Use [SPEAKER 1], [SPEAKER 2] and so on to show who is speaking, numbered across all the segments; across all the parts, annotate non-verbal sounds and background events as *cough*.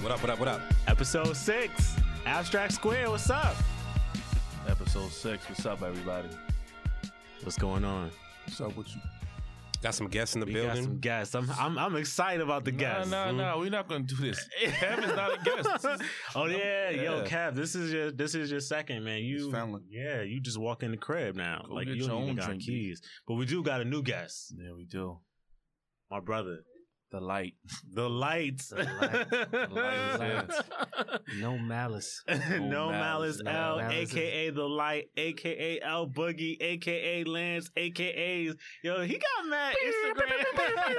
[SPEAKER 1] What up, what up, what up?
[SPEAKER 2] Episode six, Abstract Square. What's up?
[SPEAKER 3] Episode six. What's up, everybody?
[SPEAKER 2] What's going on?
[SPEAKER 4] What's up with you?
[SPEAKER 1] Got some guests in the
[SPEAKER 2] We got some
[SPEAKER 1] building.
[SPEAKER 2] guests. I'm, I'm I'm excited about the guests.
[SPEAKER 3] No, no, no. We're not going to do this. Kevin's not a guest. This is-
[SPEAKER 2] *laughs* Oh yeah, yo,
[SPEAKER 3] Yeah.
[SPEAKER 2] Cap, this is your this is your second man. You
[SPEAKER 4] It's family.
[SPEAKER 2] yeah, you just walk in the crib now.
[SPEAKER 3] Go
[SPEAKER 2] like
[SPEAKER 3] get
[SPEAKER 2] you
[SPEAKER 3] your
[SPEAKER 2] don't even
[SPEAKER 3] own
[SPEAKER 2] got
[SPEAKER 3] drink, B.
[SPEAKER 2] keys. But we do got a new guest,
[SPEAKER 3] Yeah, we do.
[SPEAKER 2] my brother,
[SPEAKER 3] The
[SPEAKER 5] *laughs*
[SPEAKER 3] light.
[SPEAKER 2] the lights.
[SPEAKER 3] light is *laughs*
[SPEAKER 5] *laughs* No malice.
[SPEAKER 2] *laughs* no malice,
[SPEAKER 5] malice, no
[SPEAKER 2] L,
[SPEAKER 5] malice.
[SPEAKER 2] aka the light, aka L Boogie, aka Lance, aka yo, he got mad Instagram.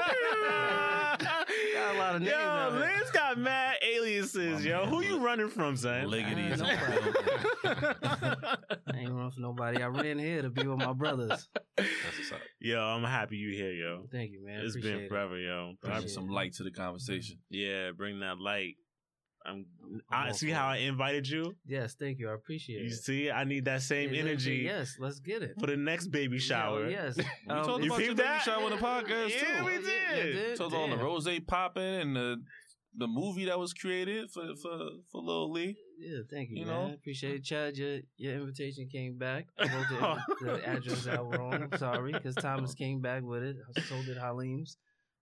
[SPEAKER 5] Got a lot of names
[SPEAKER 2] Yo,
[SPEAKER 5] out here.
[SPEAKER 2] Lance got mad aliases,
[SPEAKER 3] My
[SPEAKER 2] yo.
[SPEAKER 3] man,
[SPEAKER 2] Who you
[SPEAKER 3] look.
[SPEAKER 2] running from, son?
[SPEAKER 3] Liggity.
[SPEAKER 5] Uh, no problem. *laughs* I ain't run for nobody. I ran here to be with my brothers.
[SPEAKER 1] That's what's up.
[SPEAKER 2] yo, I'm happy you here, yo.
[SPEAKER 5] Thank you, man.
[SPEAKER 2] It's
[SPEAKER 5] Appreciate
[SPEAKER 2] been forever, yo.
[SPEAKER 3] Bring
[SPEAKER 5] Appreciate
[SPEAKER 3] some
[SPEAKER 5] it.
[SPEAKER 3] light to the conversation.
[SPEAKER 2] Yeah, bring that light. I'm,
[SPEAKER 5] I'm
[SPEAKER 2] I
[SPEAKER 5] all
[SPEAKER 2] see
[SPEAKER 5] for
[SPEAKER 2] how I
[SPEAKER 5] it.
[SPEAKER 2] invited you.
[SPEAKER 5] It. Yes, thank you. I appreciate
[SPEAKER 2] You
[SPEAKER 5] it.
[SPEAKER 2] see, I need that same
[SPEAKER 5] Yeah,
[SPEAKER 2] energy
[SPEAKER 5] Yes, let's get it.
[SPEAKER 2] for the next baby shower.
[SPEAKER 5] Yeah, yes. Um,
[SPEAKER 3] We told
[SPEAKER 2] you
[SPEAKER 3] about
[SPEAKER 2] peeped
[SPEAKER 3] your
[SPEAKER 2] that?
[SPEAKER 3] baby shower on the podcast
[SPEAKER 2] Yeah,
[SPEAKER 3] too.
[SPEAKER 2] we
[SPEAKER 5] Oh, yeah,
[SPEAKER 2] did.
[SPEAKER 5] you did?
[SPEAKER 3] told all the
[SPEAKER 5] Damn.
[SPEAKER 3] rose popping and the the movie that was created for for for Lil Lee.
[SPEAKER 5] Yeah, thank you,
[SPEAKER 3] You
[SPEAKER 5] man.
[SPEAKER 3] know?
[SPEAKER 5] Appreciate it. Chad, your, your invitation came back. I wrote the, the address out wrong. Sorry, because Thomas came back with it. So did Halim's.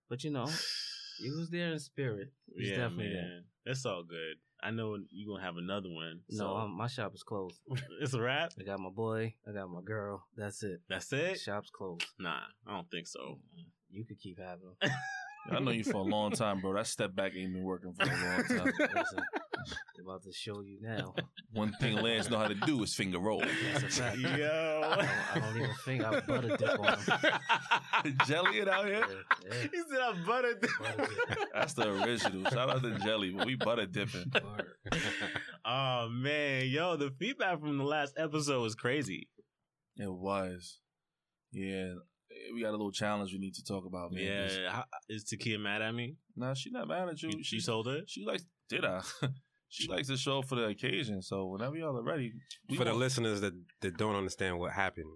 [SPEAKER 5] But you know, he was there in spirit. He's
[SPEAKER 2] Yeah,
[SPEAKER 5] definitely there.
[SPEAKER 2] man. That's all good. I know you're gonna have another one. So
[SPEAKER 5] No, um, my shop is closed.
[SPEAKER 2] *laughs* it's a wrap.
[SPEAKER 5] I got my boy. I got my girl. That's it.
[SPEAKER 2] That's it.
[SPEAKER 5] Shop's closed.
[SPEAKER 2] Nah, I don't think so.
[SPEAKER 5] You could keep having them.
[SPEAKER 3] I know you for a long time, bro. That step back ain't been working for a long time.
[SPEAKER 5] Listen, I'm about to show you now.
[SPEAKER 3] One thing Lance know how to do is finger roll.
[SPEAKER 5] That's a
[SPEAKER 2] *laughs*
[SPEAKER 5] fact.
[SPEAKER 2] Yo,
[SPEAKER 5] I don't, I don't even think I butter dip on
[SPEAKER 2] *laughs*
[SPEAKER 5] them.
[SPEAKER 3] Jelly it out
[SPEAKER 5] Yeah,
[SPEAKER 3] here.
[SPEAKER 5] yeah.
[SPEAKER 2] he said I buttered.
[SPEAKER 5] Butter dip.
[SPEAKER 3] That's the original. Shout out to Jelly, but we butter dipping.
[SPEAKER 5] Word.
[SPEAKER 2] *laughs* oh man, yo, the feedback from the last episode was crazy.
[SPEAKER 3] It was. Yeah. We got a little challenge we need to talk
[SPEAKER 5] Oh,
[SPEAKER 3] about, man.
[SPEAKER 2] Yeah, how, is Takia mad at me?
[SPEAKER 3] Nah, she not mad at you.
[SPEAKER 2] You,
[SPEAKER 3] she
[SPEAKER 2] you told her.
[SPEAKER 3] she likes did I? *laughs* she likes to show up for the occasion. So whenever y'all are ready, we
[SPEAKER 1] For the
[SPEAKER 3] want-
[SPEAKER 1] listeners that, that don't understand what happened,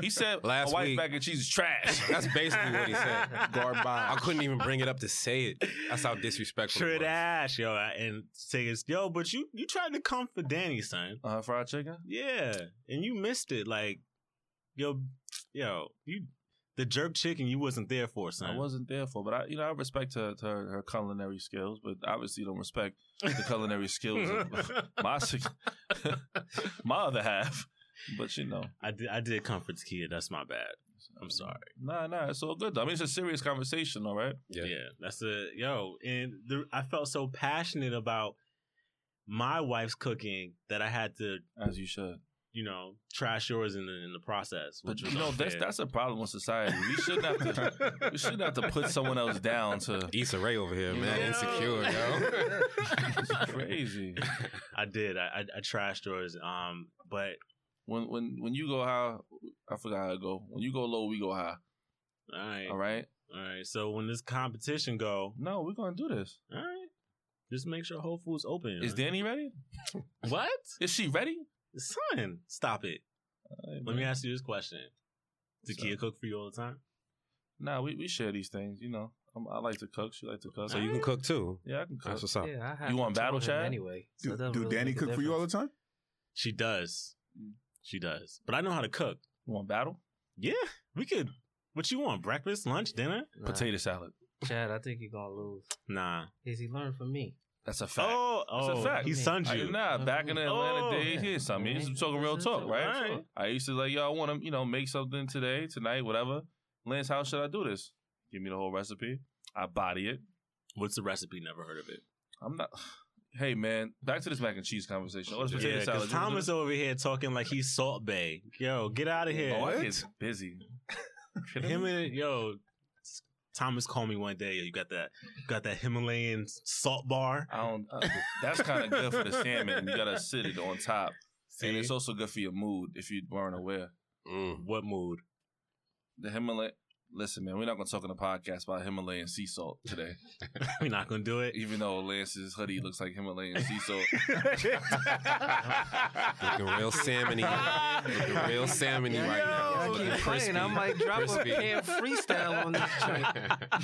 [SPEAKER 3] he said
[SPEAKER 1] Last
[SPEAKER 3] a white
[SPEAKER 1] week-
[SPEAKER 3] mac and cheese is trash.
[SPEAKER 1] *laughs* that's basically what he *laughs*
[SPEAKER 5] *laughs*
[SPEAKER 1] said.
[SPEAKER 4] Garbage.
[SPEAKER 1] I
[SPEAKER 2] *laughs*
[SPEAKER 1] couldn't even bring it up to say it. That's how disrespectful
[SPEAKER 2] Sure
[SPEAKER 1] it was.
[SPEAKER 2] dash, yo, and say it's yo, but you you tried to come for Danny, son.
[SPEAKER 3] Uh, fried chicken.
[SPEAKER 2] Yeah, and you missed it. Like, yo, yo, you the jerk chicken you wasn't there for, son.
[SPEAKER 3] I wasn't there for, but I, you know, I respect her, her her culinary skills, but obviously don't respect the culinary skills
[SPEAKER 2] *laughs*
[SPEAKER 3] of my sig- my other half. *laughs* But you know,
[SPEAKER 2] I did. I did comfort Takia. That's my bad. I'm sorry.
[SPEAKER 3] nah, nah, it's all good. Though. I mean, it's a serious conversation, all right.
[SPEAKER 1] Yeah.
[SPEAKER 2] Yeah, that's a yo. And the, I felt so passionate about my wife's cooking that I had to,
[SPEAKER 3] As you should.
[SPEAKER 2] you know, trash yours in the in the process.
[SPEAKER 3] But
[SPEAKER 2] Which was
[SPEAKER 3] you know, that's
[SPEAKER 2] unfair.
[SPEAKER 3] that's a problem with society. We shouldn't have
[SPEAKER 2] *laughs*
[SPEAKER 3] to we shouldn't have to put someone else down to
[SPEAKER 1] Issa Rae over here, man.
[SPEAKER 5] Yo.
[SPEAKER 1] Insecure, yo.
[SPEAKER 3] *laughs* *laughs*
[SPEAKER 5] *laughs*
[SPEAKER 3] it's crazy.
[SPEAKER 2] I did. I, I I trashed yours. Um, but
[SPEAKER 3] When when when you go high, I forgot how to go. When you go low, we go high.
[SPEAKER 2] all right, all
[SPEAKER 3] All
[SPEAKER 2] right,
[SPEAKER 3] right.
[SPEAKER 2] So when this competition go,
[SPEAKER 3] No, we're gonna do this.
[SPEAKER 2] all right, just make sure Whole Foods open.
[SPEAKER 3] Is Danny ready?
[SPEAKER 2] what?
[SPEAKER 3] *laughs* Is she ready?
[SPEAKER 2] Son, stop it. Let me ask you this question: Does
[SPEAKER 3] Mm-hmm. What's
[SPEAKER 2] Kia
[SPEAKER 3] up?
[SPEAKER 2] cook for you all the time?
[SPEAKER 3] Nah, we, we share these things. You know, i I like to cook. She like to cook.
[SPEAKER 1] So you can cook too.
[SPEAKER 3] yeah, I can cook.
[SPEAKER 1] That's what's up.
[SPEAKER 5] Yeah, I have
[SPEAKER 3] You
[SPEAKER 5] to
[SPEAKER 3] want
[SPEAKER 5] tell
[SPEAKER 3] battle
[SPEAKER 5] him
[SPEAKER 3] chat?
[SPEAKER 5] Anyway,
[SPEAKER 4] Do,
[SPEAKER 5] so it doesn't
[SPEAKER 4] do
[SPEAKER 5] really
[SPEAKER 4] Danny
[SPEAKER 5] make a
[SPEAKER 4] cook for you all the
[SPEAKER 5] difference.
[SPEAKER 4] time?
[SPEAKER 2] She does.
[SPEAKER 3] Mm.
[SPEAKER 2] She does. But I know how to cook.
[SPEAKER 3] You want battle?
[SPEAKER 2] Yeah, we could. What you want? Breakfast, lunch, dinner?
[SPEAKER 5] Nah,
[SPEAKER 3] Potato salad.
[SPEAKER 5] Chad, I think you're gonna lose.
[SPEAKER 2] Nah.
[SPEAKER 5] Cause he learned from me.
[SPEAKER 3] That's a fact.
[SPEAKER 2] Oh,
[SPEAKER 3] a
[SPEAKER 2] oh,
[SPEAKER 3] fact.
[SPEAKER 2] he sunned
[SPEAKER 3] I,
[SPEAKER 2] you.
[SPEAKER 3] nah, back in the Atlanta
[SPEAKER 2] Oh,
[SPEAKER 3] days,
[SPEAKER 5] yeah.
[SPEAKER 3] yeah, something. You just talking real
[SPEAKER 5] Yeah.
[SPEAKER 3] talk, right?
[SPEAKER 2] Alright.
[SPEAKER 3] I used to like, yo, I want to, you know, make something today, tonight, whatever. Lance, how should I do this? Give me the whole recipe. I body it.
[SPEAKER 2] What's the recipe? Never heard of it.
[SPEAKER 3] I'm not. *sighs* Hey man, back to this mac and cheese conversation. Oh, it's potato
[SPEAKER 2] Yeah,
[SPEAKER 3] salad.
[SPEAKER 2] because
[SPEAKER 3] You wanna do
[SPEAKER 2] Thomas
[SPEAKER 3] this?
[SPEAKER 2] over here talking like he's Salt Bay. Yo, get out of here.
[SPEAKER 3] Oh, I get busy. Kidding
[SPEAKER 2] *laughs* Him
[SPEAKER 3] me?
[SPEAKER 2] and yo, Thomas called me one day. Yo, you got that, got that Himalayan salt bar.
[SPEAKER 3] I don't. uh, that's kind of good for the salmon. You gotta sit it on top,
[SPEAKER 2] See,
[SPEAKER 3] and it's also good for your mood if you weren't aware.
[SPEAKER 1] Mm.
[SPEAKER 2] what *laughs* mood?
[SPEAKER 3] The Himalayan. Listen, man, we're not gonna talk in the podcast about Himalayan sea salt today.
[SPEAKER 2] We're not gonna
[SPEAKER 3] *laughs*
[SPEAKER 2] do it.
[SPEAKER 3] Even though Lance's hoodie looks like Himalayan sea *laughs* salt.
[SPEAKER 1] Looking real salmony. Looking real salmony
[SPEAKER 5] Yeah,
[SPEAKER 1] right now.
[SPEAKER 5] Y'all
[SPEAKER 1] Looking
[SPEAKER 5] keep playing. I might drop a
[SPEAKER 1] crispy. *laughs*
[SPEAKER 5] damn freestyle on this joint. You know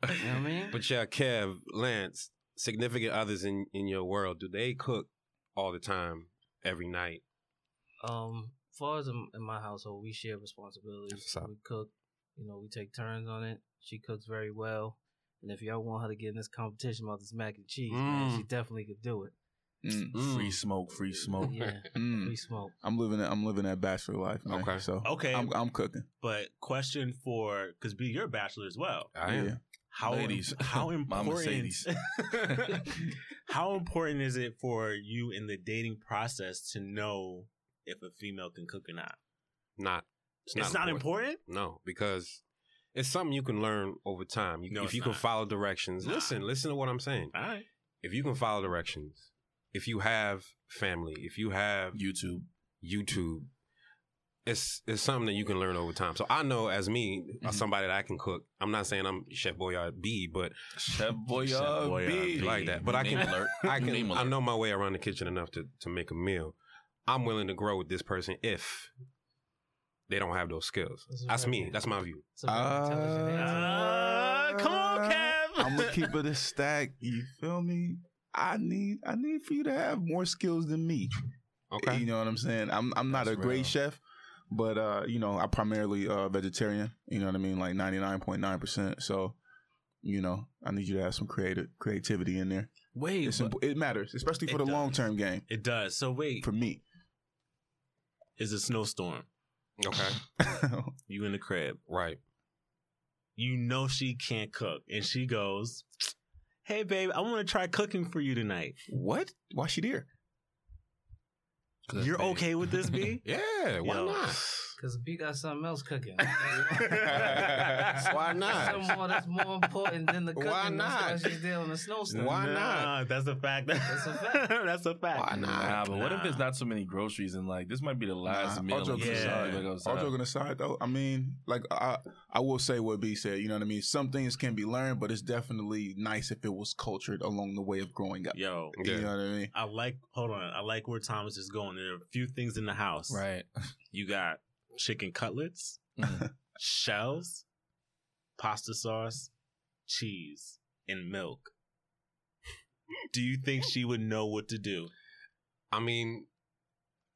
[SPEAKER 5] what I mean?
[SPEAKER 1] But yeah, Kev, Lance, significant others in in your world, do they cook all the time, every night?
[SPEAKER 5] um, far as in, in my household, we share responsibilities.
[SPEAKER 1] That's what's up.
[SPEAKER 5] We cook, you know, we take turns on it. She cooks very well. And if y'all want her to get in this competition about this mac and cheese, man,
[SPEAKER 1] Mm.
[SPEAKER 5] she definitely could do it.
[SPEAKER 3] Mm,
[SPEAKER 1] Mm.
[SPEAKER 6] Free smoke, free smoke.
[SPEAKER 5] Yeah,
[SPEAKER 1] *laughs*
[SPEAKER 3] mm.
[SPEAKER 5] we smoke.
[SPEAKER 3] I'm living that I'm living that bachelor life, Oh, man.
[SPEAKER 1] Okay.
[SPEAKER 3] So
[SPEAKER 2] Okay.
[SPEAKER 3] I'm, I'm cooking.
[SPEAKER 2] but question for because B, you're a bachelor as well.
[SPEAKER 1] I am.
[SPEAKER 3] Yeah.
[SPEAKER 2] How
[SPEAKER 6] Ladies.
[SPEAKER 2] *laughs*
[SPEAKER 1] *laughs*
[SPEAKER 2] how
[SPEAKER 6] My
[SPEAKER 2] important
[SPEAKER 6] Mercedes.
[SPEAKER 2] *laughs* how important is it for you in the dating process to know if a female can cook or not?
[SPEAKER 1] Not. It's
[SPEAKER 2] It's,
[SPEAKER 1] not,
[SPEAKER 2] not important.
[SPEAKER 1] No, because it's something you can learn over time. You,
[SPEAKER 2] No,
[SPEAKER 1] if
[SPEAKER 2] it's
[SPEAKER 1] you
[SPEAKER 2] not.
[SPEAKER 1] can follow directions,
[SPEAKER 2] Nah.
[SPEAKER 1] listen, listen to what I'm saying.
[SPEAKER 2] All right.
[SPEAKER 1] If you can follow directions, if you have family, if you have
[SPEAKER 6] YouTube.
[SPEAKER 1] YouTube, it's it's something that you can learn over time. So I know as me,
[SPEAKER 3] Mhm.
[SPEAKER 2] Mm-hmm.
[SPEAKER 1] as somebody that I can cook. I'm not saying I'm Chef Boyard B, but
[SPEAKER 6] Chef
[SPEAKER 1] Chef
[SPEAKER 6] Boyard
[SPEAKER 1] Boyardee.
[SPEAKER 6] B.
[SPEAKER 1] Like that, but I
[SPEAKER 6] Name
[SPEAKER 1] can-
[SPEAKER 6] alert.
[SPEAKER 1] I
[SPEAKER 6] Name
[SPEAKER 1] can I
[SPEAKER 6] alert.
[SPEAKER 1] know my way around the kitchen enough to to make a meal. I'm willing to grow with this person if they don't have those skills.
[SPEAKER 5] That's
[SPEAKER 1] That's
[SPEAKER 5] right.
[SPEAKER 1] me. That's my view.
[SPEAKER 5] It's a very intelligent
[SPEAKER 3] Uh,
[SPEAKER 5] answer.
[SPEAKER 2] Uh, come on, Kev.
[SPEAKER 3] *laughs* I'm gonna keep it a stack. You feel me? I need I need for you to have more skills than me.
[SPEAKER 1] Okay.
[SPEAKER 3] You know what I'm saying? I'm I'm not
[SPEAKER 6] That's
[SPEAKER 3] a great
[SPEAKER 6] real.
[SPEAKER 3] chef, but uh, you know, I primarily uh vegetarian, you know what I mean? Like 99.9%. So, you know, I need you to have some creative creativity in there.
[SPEAKER 2] *laughs* Wait,
[SPEAKER 3] It's imp- it matters, especially for
[SPEAKER 2] It
[SPEAKER 3] the
[SPEAKER 2] does.
[SPEAKER 3] long-term game
[SPEAKER 2] it does. So wait,
[SPEAKER 3] for me. *laughs*
[SPEAKER 2] is a snowstorm.
[SPEAKER 1] Okay.
[SPEAKER 2] You in the crib.
[SPEAKER 1] Right.
[SPEAKER 2] You know she can't cook, and she goes, "Hey, babe, I want to try cooking for you tonight."
[SPEAKER 3] what? Why she there?
[SPEAKER 2] You're
[SPEAKER 6] Babe.
[SPEAKER 2] okay with this, B?
[SPEAKER 1] Yeah. Why
[SPEAKER 2] Yo.
[SPEAKER 1] not?
[SPEAKER 5] Cause B got something
[SPEAKER 1] *laughs*
[SPEAKER 5] else cooking.
[SPEAKER 1] Why
[SPEAKER 5] Something
[SPEAKER 1] not?
[SPEAKER 5] more that's more important than the
[SPEAKER 1] Why
[SPEAKER 5] cooking. That's why
[SPEAKER 1] not?
[SPEAKER 5] she's dealing with
[SPEAKER 1] *laughs*
[SPEAKER 5] snowstorm.
[SPEAKER 1] Why
[SPEAKER 2] Nah,
[SPEAKER 1] not?
[SPEAKER 2] That's a fact.
[SPEAKER 5] That's a fact.
[SPEAKER 2] *laughs* That's a fact.
[SPEAKER 1] Why not?
[SPEAKER 6] Nah, but what if
[SPEAKER 2] Nah.
[SPEAKER 6] there's not so many groceries and like this might be the last
[SPEAKER 3] Nah,
[SPEAKER 6] meal?
[SPEAKER 3] All joking
[SPEAKER 2] Yeah.
[SPEAKER 3] aside,
[SPEAKER 6] Like,
[SPEAKER 3] all
[SPEAKER 6] outside.
[SPEAKER 2] *laughs*
[SPEAKER 3] joking aside, though, I mean, like I, I will say what B said. You know what I mean? Some things can be learned, but it's definitely nice if it was cultured along the way of growing up.
[SPEAKER 2] Yo,
[SPEAKER 3] You know what I mean?
[SPEAKER 2] I like. Hold on, I like where Thomas is going. There are a few things in the house.
[SPEAKER 6] Right.
[SPEAKER 2] You got chicken cutlets,
[SPEAKER 6] Mm.
[SPEAKER 2] shells, pasta sauce, cheese, and milk. Do you think she would know what to do?
[SPEAKER 1] I mean,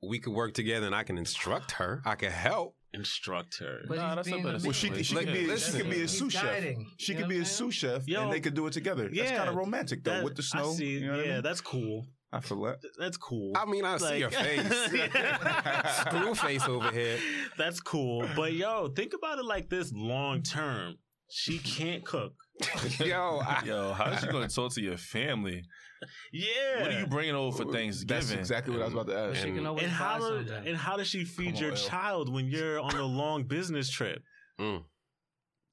[SPEAKER 1] we could work together, and I can instruct her. I can help.
[SPEAKER 2] Instruct her.
[SPEAKER 5] But
[SPEAKER 6] Nah,
[SPEAKER 5] he's
[SPEAKER 6] that's a
[SPEAKER 5] being
[SPEAKER 6] better
[SPEAKER 5] man.
[SPEAKER 3] Well, she could- she could
[SPEAKER 1] be- she
[SPEAKER 5] That's
[SPEAKER 1] could
[SPEAKER 5] it.
[SPEAKER 1] be a
[SPEAKER 5] He's
[SPEAKER 3] sous chef.
[SPEAKER 5] guiding.
[SPEAKER 3] She
[SPEAKER 5] You
[SPEAKER 3] could
[SPEAKER 5] know
[SPEAKER 3] be
[SPEAKER 5] what
[SPEAKER 3] a
[SPEAKER 5] I'm saying?
[SPEAKER 3] sous chef,
[SPEAKER 2] Yo,
[SPEAKER 3] and they could do it together. That's
[SPEAKER 2] yeah.
[SPEAKER 3] kind of romantic, though,
[SPEAKER 2] That-
[SPEAKER 3] with the snow.
[SPEAKER 2] I see.
[SPEAKER 3] you know what
[SPEAKER 2] yeah,
[SPEAKER 3] I mean?
[SPEAKER 2] that's cool.
[SPEAKER 3] I feel that.
[SPEAKER 2] That's cool.
[SPEAKER 1] I mean, I see your
[SPEAKER 2] *laughs*
[SPEAKER 6] *laughs*
[SPEAKER 1] face. *laughs* Screw face over here.
[SPEAKER 2] That's cool. But yo, think about it like this long term. She can't cook.
[SPEAKER 1] Yo, I,
[SPEAKER 6] Yo, how is she going to talk to your family?
[SPEAKER 2] Yeah.
[SPEAKER 6] What are you bringing over for Thanksgiving?
[SPEAKER 3] That's exactly what I was about to
[SPEAKER 5] But
[SPEAKER 3] ask.
[SPEAKER 5] she can
[SPEAKER 1] And-
[SPEAKER 5] always
[SPEAKER 2] and
[SPEAKER 5] buy
[SPEAKER 2] how do,
[SPEAKER 5] something.
[SPEAKER 2] and how does she feed
[SPEAKER 3] Come on,
[SPEAKER 2] your
[SPEAKER 3] L.
[SPEAKER 2] child when you're on a long business trip?
[SPEAKER 1] Mm.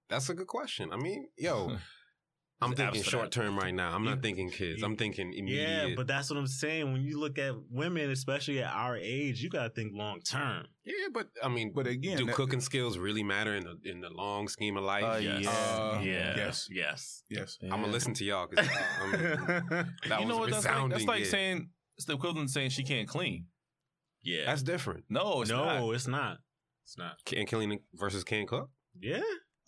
[SPEAKER 1] That's a good question. I mean,
[SPEAKER 6] *laughs*
[SPEAKER 1] yo, I'm
[SPEAKER 6] There's
[SPEAKER 1] thinking
[SPEAKER 6] apps for
[SPEAKER 1] short
[SPEAKER 6] that.
[SPEAKER 1] term right now. I'm
[SPEAKER 2] You-
[SPEAKER 1] not thinking kids.
[SPEAKER 2] you-
[SPEAKER 1] I'm thinking immediate.
[SPEAKER 2] Yeah, but that's what I'm saying. When you look at women, especially at our age, you gotta think long term.
[SPEAKER 1] yeah, but I mean,
[SPEAKER 3] But again,
[SPEAKER 1] do
[SPEAKER 3] that-
[SPEAKER 1] cooking skills really matter in the in the long scheme of life?
[SPEAKER 6] Uh,
[SPEAKER 1] Yes.
[SPEAKER 6] yeah.
[SPEAKER 3] Uh,
[SPEAKER 2] yeah.
[SPEAKER 3] yes.
[SPEAKER 2] Yes.
[SPEAKER 3] Yes.
[SPEAKER 1] I'm gonna
[SPEAKER 6] Yeah.
[SPEAKER 1] listen to y'all because
[SPEAKER 6] *laughs*
[SPEAKER 1] that
[SPEAKER 6] you know
[SPEAKER 1] was
[SPEAKER 6] what? That's like, that's
[SPEAKER 1] resounding,
[SPEAKER 6] like
[SPEAKER 1] yeah.
[SPEAKER 6] saying it's the equivalent of saying she can't clean.
[SPEAKER 2] *laughs* yeah.
[SPEAKER 1] that's different.
[SPEAKER 6] No, it's
[SPEAKER 2] no,
[SPEAKER 6] not.
[SPEAKER 2] it's not. It's not.
[SPEAKER 1] Can killing versus can cook.
[SPEAKER 2] Yeah.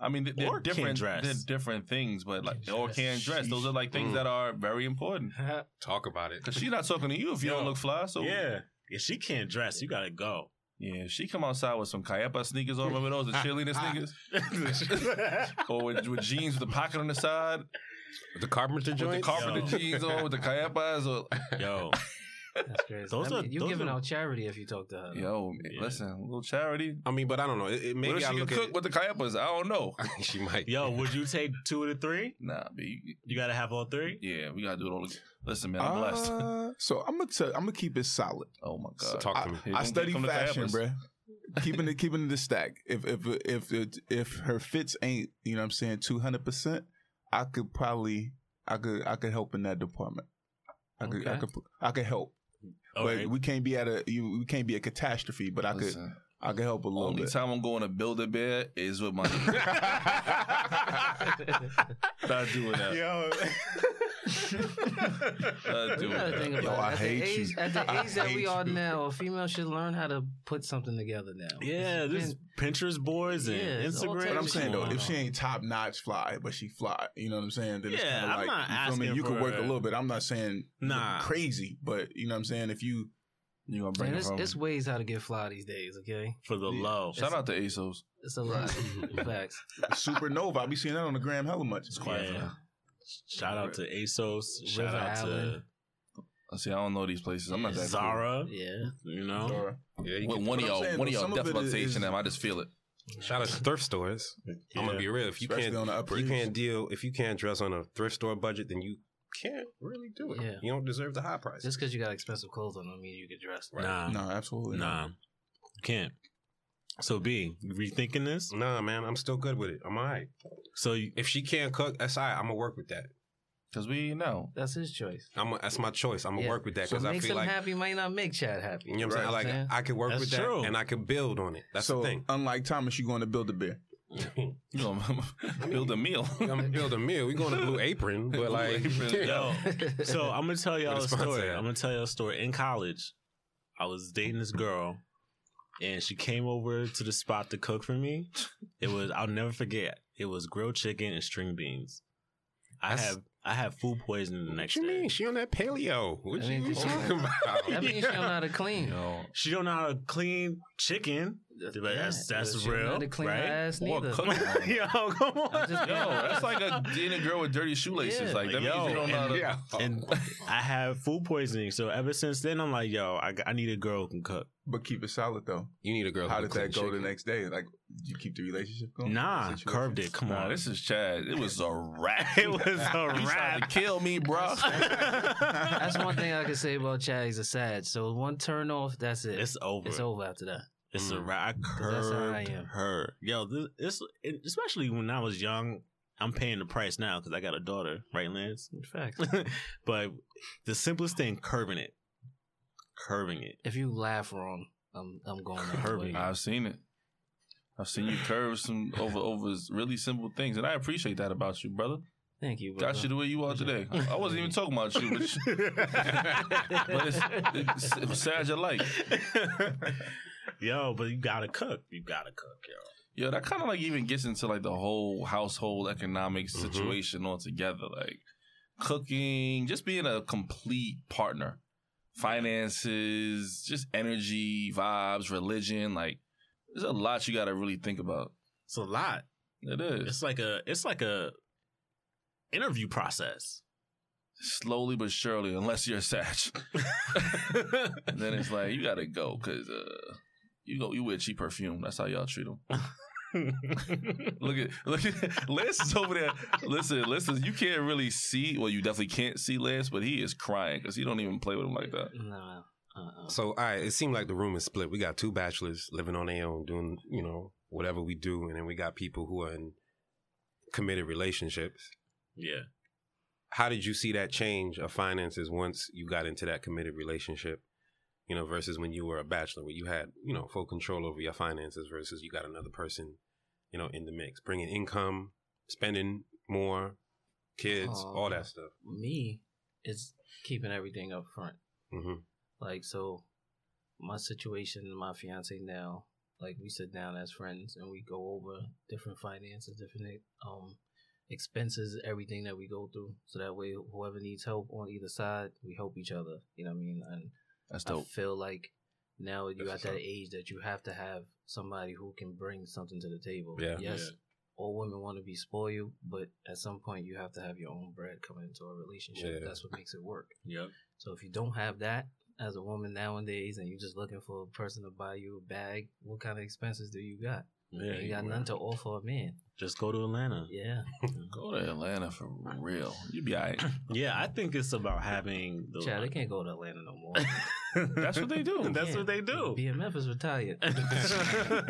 [SPEAKER 6] I mean, th- they're
[SPEAKER 2] Or can
[SPEAKER 6] different.
[SPEAKER 2] dress.
[SPEAKER 6] They're different things, but like
[SPEAKER 5] Can
[SPEAKER 6] or
[SPEAKER 5] dress.
[SPEAKER 6] can dress. Those are like
[SPEAKER 1] Mm.
[SPEAKER 6] things that are
[SPEAKER 2] *laughs*
[SPEAKER 6] very important.
[SPEAKER 1] Talk about it.
[SPEAKER 6] Cause she's not talking to you if you
[SPEAKER 2] Yo.
[SPEAKER 6] don't look fly. So
[SPEAKER 2] yeah. If she can't dress, you gotta go.
[SPEAKER 6] yeah. She come outside with some Kayapa sneakers on. Remember those the cheerleader sneakers, or with, with jeans with the pocket on the side,
[SPEAKER 1] The carpenter
[SPEAKER 6] with the
[SPEAKER 1] joints.
[SPEAKER 6] carpenter
[SPEAKER 2] Yo.
[SPEAKER 6] jeans on, with the Kayapas. Or
[SPEAKER 5] *laughs*
[SPEAKER 2] Yo.
[SPEAKER 5] That's crazy.
[SPEAKER 2] Those
[SPEAKER 5] I
[SPEAKER 2] are-
[SPEAKER 5] mean, you
[SPEAKER 2] those
[SPEAKER 5] giving
[SPEAKER 2] are-
[SPEAKER 5] out charity if you talk to her.
[SPEAKER 6] yo, listen, a little charity.
[SPEAKER 1] I mean, but I don't know. It, it,
[SPEAKER 6] Maybe what
[SPEAKER 1] maybe
[SPEAKER 6] if
[SPEAKER 1] I
[SPEAKER 6] she can
[SPEAKER 1] look at
[SPEAKER 6] cook
[SPEAKER 1] it-
[SPEAKER 6] with the Kayapas? I don't know.
[SPEAKER 1] *laughs* she might.
[SPEAKER 2] Yo, would you take two of the three?
[SPEAKER 6] Nah, but you,
[SPEAKER 2] You gotta have all three?
[SPEAKER 6] yeah, we gotta do it all. again. Listen, man, I'm blessed.
[SPEAKER 3] Uh, so I'm gonna tell. I'm gonna keep it solid.
[SPEAKER 6] Oh my
[SPEAKER 1] So
[SPEAKER 6] god.
[SPEAKER 1] talk to me.
[SPEAKER 3] I-
[SPEAKER 6] Here
[SPEAKER 3] I
[SPEAKER 6] come-
[SPEAKER 3] study
[SPEAKER 6] here come the
[SPEAKER 3] fashion,
[SPEAKER 6] fabulous.
[SPEAKER 3] bruh. Keeping it, keeping it the stack. If if if if, if her fits ain't, you know, what I'm saying two hundred percent, I could probably, I could, I could help in that department. I could, I
[SPEAKER 5] Okay.
[SPEAKER 3] could, pu- I could help, but *laughs*
[SPEAKER 2] Okay.
[SPEAKER 3] we can't be at a, you, we can't be a catastrophe. But I could,
[SPEAKER 6] Listen,
[SPEAKER 3] I could help a little
[SPEAKER 6] only
[SPEAKER 3] bit.
[SPEAKER 6] time I'm going to build a bear is with
[SPEAKER 3] *laughs*
[SPEAKER 6] my
[SPEAKER 5] Yeah. *laughs*
[SPEAKER 6] not doing that.
[SPEAKER 2] Yo. *laughs*
[SPEAKER 6] Uh,
[SPEAKER 5] We
[SPEAKER 6] dude.
[SPEAKER 5] gotta think about
[SPEAKER 3] Yo,
[SPEAKER 5] it.
[SPEAKER 3] I
[SPEAKER 5] at
[SPEAKER 3] hate
[SPEAKER 5] the age,
[SPEAKER 3] you.
[SPEAKER 5] At the
[SPEAKER 3] I
[SPEAKER 5] age that
[SPEAKER 3] hate
[SPEAKER 5] we are
[SPEAKER 3] you.
[SPEAKER 5] now, a female should learn how to put something together now.
[SPEAKER 2] yeah,
[SPEAKER 5] It's
[SPEAKER 2] this
[SPEAKER 5] been-
[SPEAKER 2] is Pinterest boards and
[SPEAKER 5] Yeah, it's all
[SPEAKER 2] Instagram.
[SPEAKER 5] types
[SPEAKER 3] But I'm
[SPEAKER 5] Which
[SPEAKER 3] saying though,
[SPEAKER 5] one?
[SPEAKER 3] if she ain't top notch fly, but she fly, you know what I'm saying? Then it's
[SPEAKER 2] Yeah,
[SPEAKER 3] kind of
[SPEAKER 2] I'm
[SPEAKER 3] like
[SPEAKER 2] not
[SPEAKER 3] you feel me?
[SPEAKER 2] asking
[SPEAKER 3] You
[SPEAKER 2] for
[SPEAKER 3] could work
[SPEAKER 2] a-
[SPEAKER 3] a little bit. I'm not saying
[SPEAKER 2] Nah.
[SPEAKER 3] crazy, but you know what I'm saying. If you
[SPEAKER 6] You gonna bring
[SPEAKER 5] Man,
[SPEAKER 6] it
[SPEAKER 5] it's,
[SPEAKER 6] from?
[SPEAKER 5] it's ways how to get fly these days. Okay,
[SPEAKER 2] for the low.
[SPEAKER 6] Shout out to ASOS.
[SPEAKER 5] it's
[SPEAKER 2] *laughs*
[SPEAKER 5] a lot. Facts.
[SPEAKER 3] supernova, I be seeing that on the gram hella much. It's
[SPEAKER 2] Yeah.
[SPEAKER 3] quiet.
[SPEAKER 2] Shout out to ASOS. Shout
[SPEAKER 5] River
[SPEAKER 2] out to
[SPEAKER 5] Island.
[SPEAKER 6] I see. I don't know these places. I'm not that
[SPEAKER 2] Zara.
[SPEAKER 5] Yeah.
[SPEAKER 2] You know,
[SPEAKER 3] Dora.
[SPEAKER 1] Yeah,
[SPEAKER 6] Cool.
[SPEAKER 1] you
[SPEAKER 6] One- One of
[SPEAKER 3] But I'm
[SPEAKER 6] y'all,
[SPEAKER 3] saying,
[SPEAKER 6] one
[SPEAKER 3] but
[SPEAKER 6] of y'all
[SPEAKER 3] some of
[SPEAKER 6] definitely
[SPEAKER 3] it
[SPEAKER 6] about
[SPEAKER 3] is-
[SPEAKER 6] taking them. I just feel it.
[SPEAKER 1] can, shout out to thrift stores. I'm gonna be real. If you
[SPEAKER 3] Especially
[SPEAKER 1] can't,
[SPEAKER 3] on the
[SPEAKER 1] if
[SPEAKER 3] upper
[SPEAKER 1] you
[SPEAKER 3] east.
[SPEAKER 1] can't deal, if you can't dress on a thrift store budget, then you can't really do it.
[SPEAKER 5] Yeah.
[SPEAKER 1] You don't deserve the high price.
[SPEAKER 5] Just because you got expensive clothes on, don't mean you get dressed.
[SPEAKER 1] Right.
[SPEAKER 2] nah,
[SPEAKER 3] No, absolutely
[SPEAKER 2] nah,
[SPEAKER 3] not.
[SPEAKER 2] can't. So B, you rethinking this.
[SPEAKER 1] Nah, man, I'm still good with it. I'm alright.
[SPEAKER 2] So you,
[SPEAKER 1] If she can't cook, that's alright. I'm gonna work with that.
[SPEAKER 6] Cause we know.
[SPEAKER 5] That's his choice.
[SPEAKER 1] I'm a, that's my choice. I'm gonna
[SPEAKER 5] Yeah.
[SPEAKER 1] work with that
[SPEAKER 5] What
[SPEAKER 1] because I
[SPEAKER 5] makes
[SPEAKER 1] feel
[SPEAKER 5] him
[SPEAKER 1] like
[SPEAKER 5] happy might not make Chad happy.
[SPEAKER 1] you know what I'm saying. Like I could work
[SPEAKER 2] That's
[SPEAKER 1] with
[SPEAKER 2] true.
[SPEAKER 1] that and I could build on it. That's
[SPEAKER 3] so
[SPEAKER 1] the *laughs* thing.
[SPEAKER 3] unlike Thomas, you going to build a bear.
[SPEAKER 6] You know, *laughs* build a *laughs* meal.
[SPEAKER 1] I'm gonna build a meal. We going to Blue Apron,
[SPEAKER 6] Blue
[SPEAKER 1] but like
[SPEAKER 6] Apron,
[SPEAKER 2] yo,
[SPEAKER 5] *laughs*
[SPEAKER 2] so I'm gonna tell y'all
[SPEAKER 1] With
[SPEAKER 2] a
[SPEAKER 1] a sponsor.
[SPEAKER 2] story. I'm gonna tell y'all a story. In college, I was dating this girl, and she came over to the spot to cook for me. It was I'll never forget. It was grilled chicken and string beans. I
[SPEAKER 1] That's-
[SPEAKER 2] have I have food poisoning the
[SPEAKER 1] What
[SPEAKER 2] next
[SPEAKER 1] you
[SPEAKER 2] day.
[SPEAKER 1] mean? She on that paleo? What
[SPEAKER 5] I
[SPEAKER 1] you,
[SPEAKER 5] mean,
[SPEAKER 1] you
[SPEAKER 5] come
[SPEAKER 1] talking about?
[SPEAKER 5] that means you don't
[SPEAKER 1] *laughs*
[SPEAKER 5] know how to
[SPEAKER 6] You
[SPEAKER 5] clean.
[SPEAKER 6] know,
[SPEAKER 2] She don't know how to clean chicken. *laughs*
[SPEAKER 5] That's,
[SPEAKER 2] But that's- that's
[SPEAKER 5] she don't know how
[SPEAKER 2] real,
[SPEAKER 5] to clean
[SPEAKER 2] right?
[SPEAKER 5] her ass
[SPEAKER 6] Or
[SPEAKER 5] neither.
[SPEAKER 2] *laughs*
[SPEAKER 6] cook.
[SPEAKER 2] yo, come on.
[SPEAKER 5] I'm just
[SPEAKER 6] yo,
[SPEAKER 5] being
[SPEAKER 6] that's like a dating a girl with dirty shoelaces.
[SPEAKER 5] Yeah.
[SPEAKER 6] Like that
[SPEAKER 2] Yo,
[SPEAKER 6] means you don't know. How to,
[SPEAKER 1] yeah.
[SPEAKER 2] and I have food poisoning. So ever since then, I'm like, yo, I, I need a girl who can cook.
[SPEAKER 3] But keep it solid though.
[SPEAKER 1] you need a girl.
[SPEAKER 3] How
[SPEAKER 1] who
[SPEAKER 3] did
[SPEAKER 1] can
[SPEAKER 3] that go
[SPEAKER 1] cook
[SPEAKER 3] the
[SPEAKER 1] chicken.
[SPEAKER 3] next day? Like, did you keep the relationship going?
[SPEAKER 2] Nah,
[SPEAKER 3] Situation?
[SPEAKER 2] curved it. Come
[SPEAKER 6] Nah,
[SPEAKER 2] on.
[SPEAKER 6] this is Chad. It was a
[SPEAKER 2] *laughs*
[SPEAKER 6] wrap.
[SPEAKER 2] it was a
[SPEAKER 6] You tried to
[SPEAKER 2] wrap.
[SPEAKER 6] kill me, *laughs* bro.
[SPEAKER 5] That's
[SPEAKER 6] *laughs*
[SPEAKER 5] one thing I can say about Chad. He's a sad. So one turn off, that's it. It's,
[SPEAKER 2] It's over. It's,
[SPEAKER 5] over after that.
[SPEAKER 2] a
[SPEAKER 1] Mm.
[SPEAKER 2] wrap. I
[SPEAKER 5] that's how I
[SPEAKER 2] curved
[SPEAKER 5] am.
[SPEAKER 2] her. Yo, this, this it- especially when I was young. I'm paying the price now because I got a daughter, right, Lance?
[SPEAKER 5] Facts.
[SPEAKER 2] *laughs* but the simplest thing, curving it, curving
[SPEAKER 5] *laughs*
[SPEAKER 2] it.
[SPEAKER 5] if you laugh wrong, I'm I'm
[SPEAKER 6] *laughs*
[SPEAKER 5] going that
[SPEAKER 2] Herbie.
[SPEAKER 5] way.
[SPEAKER 6] I've seen it. I've seen you curve some over over really simple things, and I appreciate that about you, brother.
[SPEAKER 5] Thank you. Brother.
[SPEAKER 6] Got you the way you are today. I wasn't even talking about you, *laughs* but, you- but it's, it's, it's sad you like.
[SPEAKER 2] *laughs* yo, but you gotta cook. You gotta cook, yo.
[SPEAKER 6] Yeah, that kind of like even gets into like the whole household economic
[SPEAKER 1] Mhm.
[SPEAKER 6] situation altogether. Like cooking, just being a complete partner, finances, just energy, vibes, religion. Like there's a lot you got to really think about.
[SPEAKER 2] It's a lot.
[SPEAKER 6] It is
[SPEAKER 2] It's like a it's like a interview process.
[SPEAKER 6] slowly but surely, unless you're *laughs* a Satch, then it's like you got to go because uh, you go you wear cheap perfume. That's how y'all treat *laughs* them. Look at look at Lance is over there. Listen, listen, you can't really see. Well, you definitely can't see Lance, but he is crying because he don't even play with him like that.
[SPEAKER 5] No. Uh-uh.
[SPEAKER 1] So, all right, it seemed like the room is split. We got two bachelors living on their own, doing you know whatever we do, and then we got people who are in committed relationships.
[SPEAKER 2] yeah.
[SPEAKER 1] How did you see that change of finances once you got into that committed relationship? You know, versus when you were a bachelor, where you had you know full control over your finances, versus you got another person, you know, in the mix, bringing income, spending more, kids, all
[SPEAKER 5] Um,
[SPEAKER 1] that stuff.
[SPEAKER 5] me, it's keeping everything up front.
[SPEAKER 1] hmm
[SPEAKER 5] Like so, my situation and my fiance now, like we sit down as friends and we go over different finances, different um expenses, everything that we go through. So that way, whoever needs help on either side, we help each other. You know what I mean? And
[SPEAKER 6] That's
[SPEAKER 5] I
[SPEAKER 6] dope.
[SPEAKER 5] feel like now you
[SPEAKER 1] That's
[SPEAKER 5] at
[SPEAKER 1] what's
[SPEAKER 5] that
[SPEAKER 1] up.
[SPEAKER 5] age that you have to have somebody who can bring something to the table.
[SPEAKER 1] Yeah.
[SPEAKER 5] Yes,
[SPEAKER 2] Yeah.
[SPEAKER 5] all women want to be spoiled, but at some point you have to have your own bread coming into a relationship.
[SPEAKER 1] Yeah.
[SPEAKER 5] That's what makes it work.
[SPEAKER 2] Yep.
[SPEAKER 5] So if you don't have that as a woman nowadays, and you're just looking for a person to buy you a bag, what kind of expenses do you got?
[SPEAKER 2] Yeah.
[SPEAKER 5] you got none to offer a man.
[SPEAKER 2] Just go to Atlanta.
[SPEAKER 5] Yeah,
[SPEAKER 6] Go to Atlanta for real. You be alright.
[SPEAKER 2] Yeah, I think it's about having the
[SPEAKER 5] Chad, they can't *laughs* go to Atlanta no more.
[SPEAKER 6] That's what they do.
[SPEAKER 2] That's
[SPEAKER 5] Yeah.
[SPEAKER 2] what they do.
[SPEAKER 5] BMF is
[SPEAKER 2] *laughs*
[SPEAKER 5] retired. *laughs* Ain't no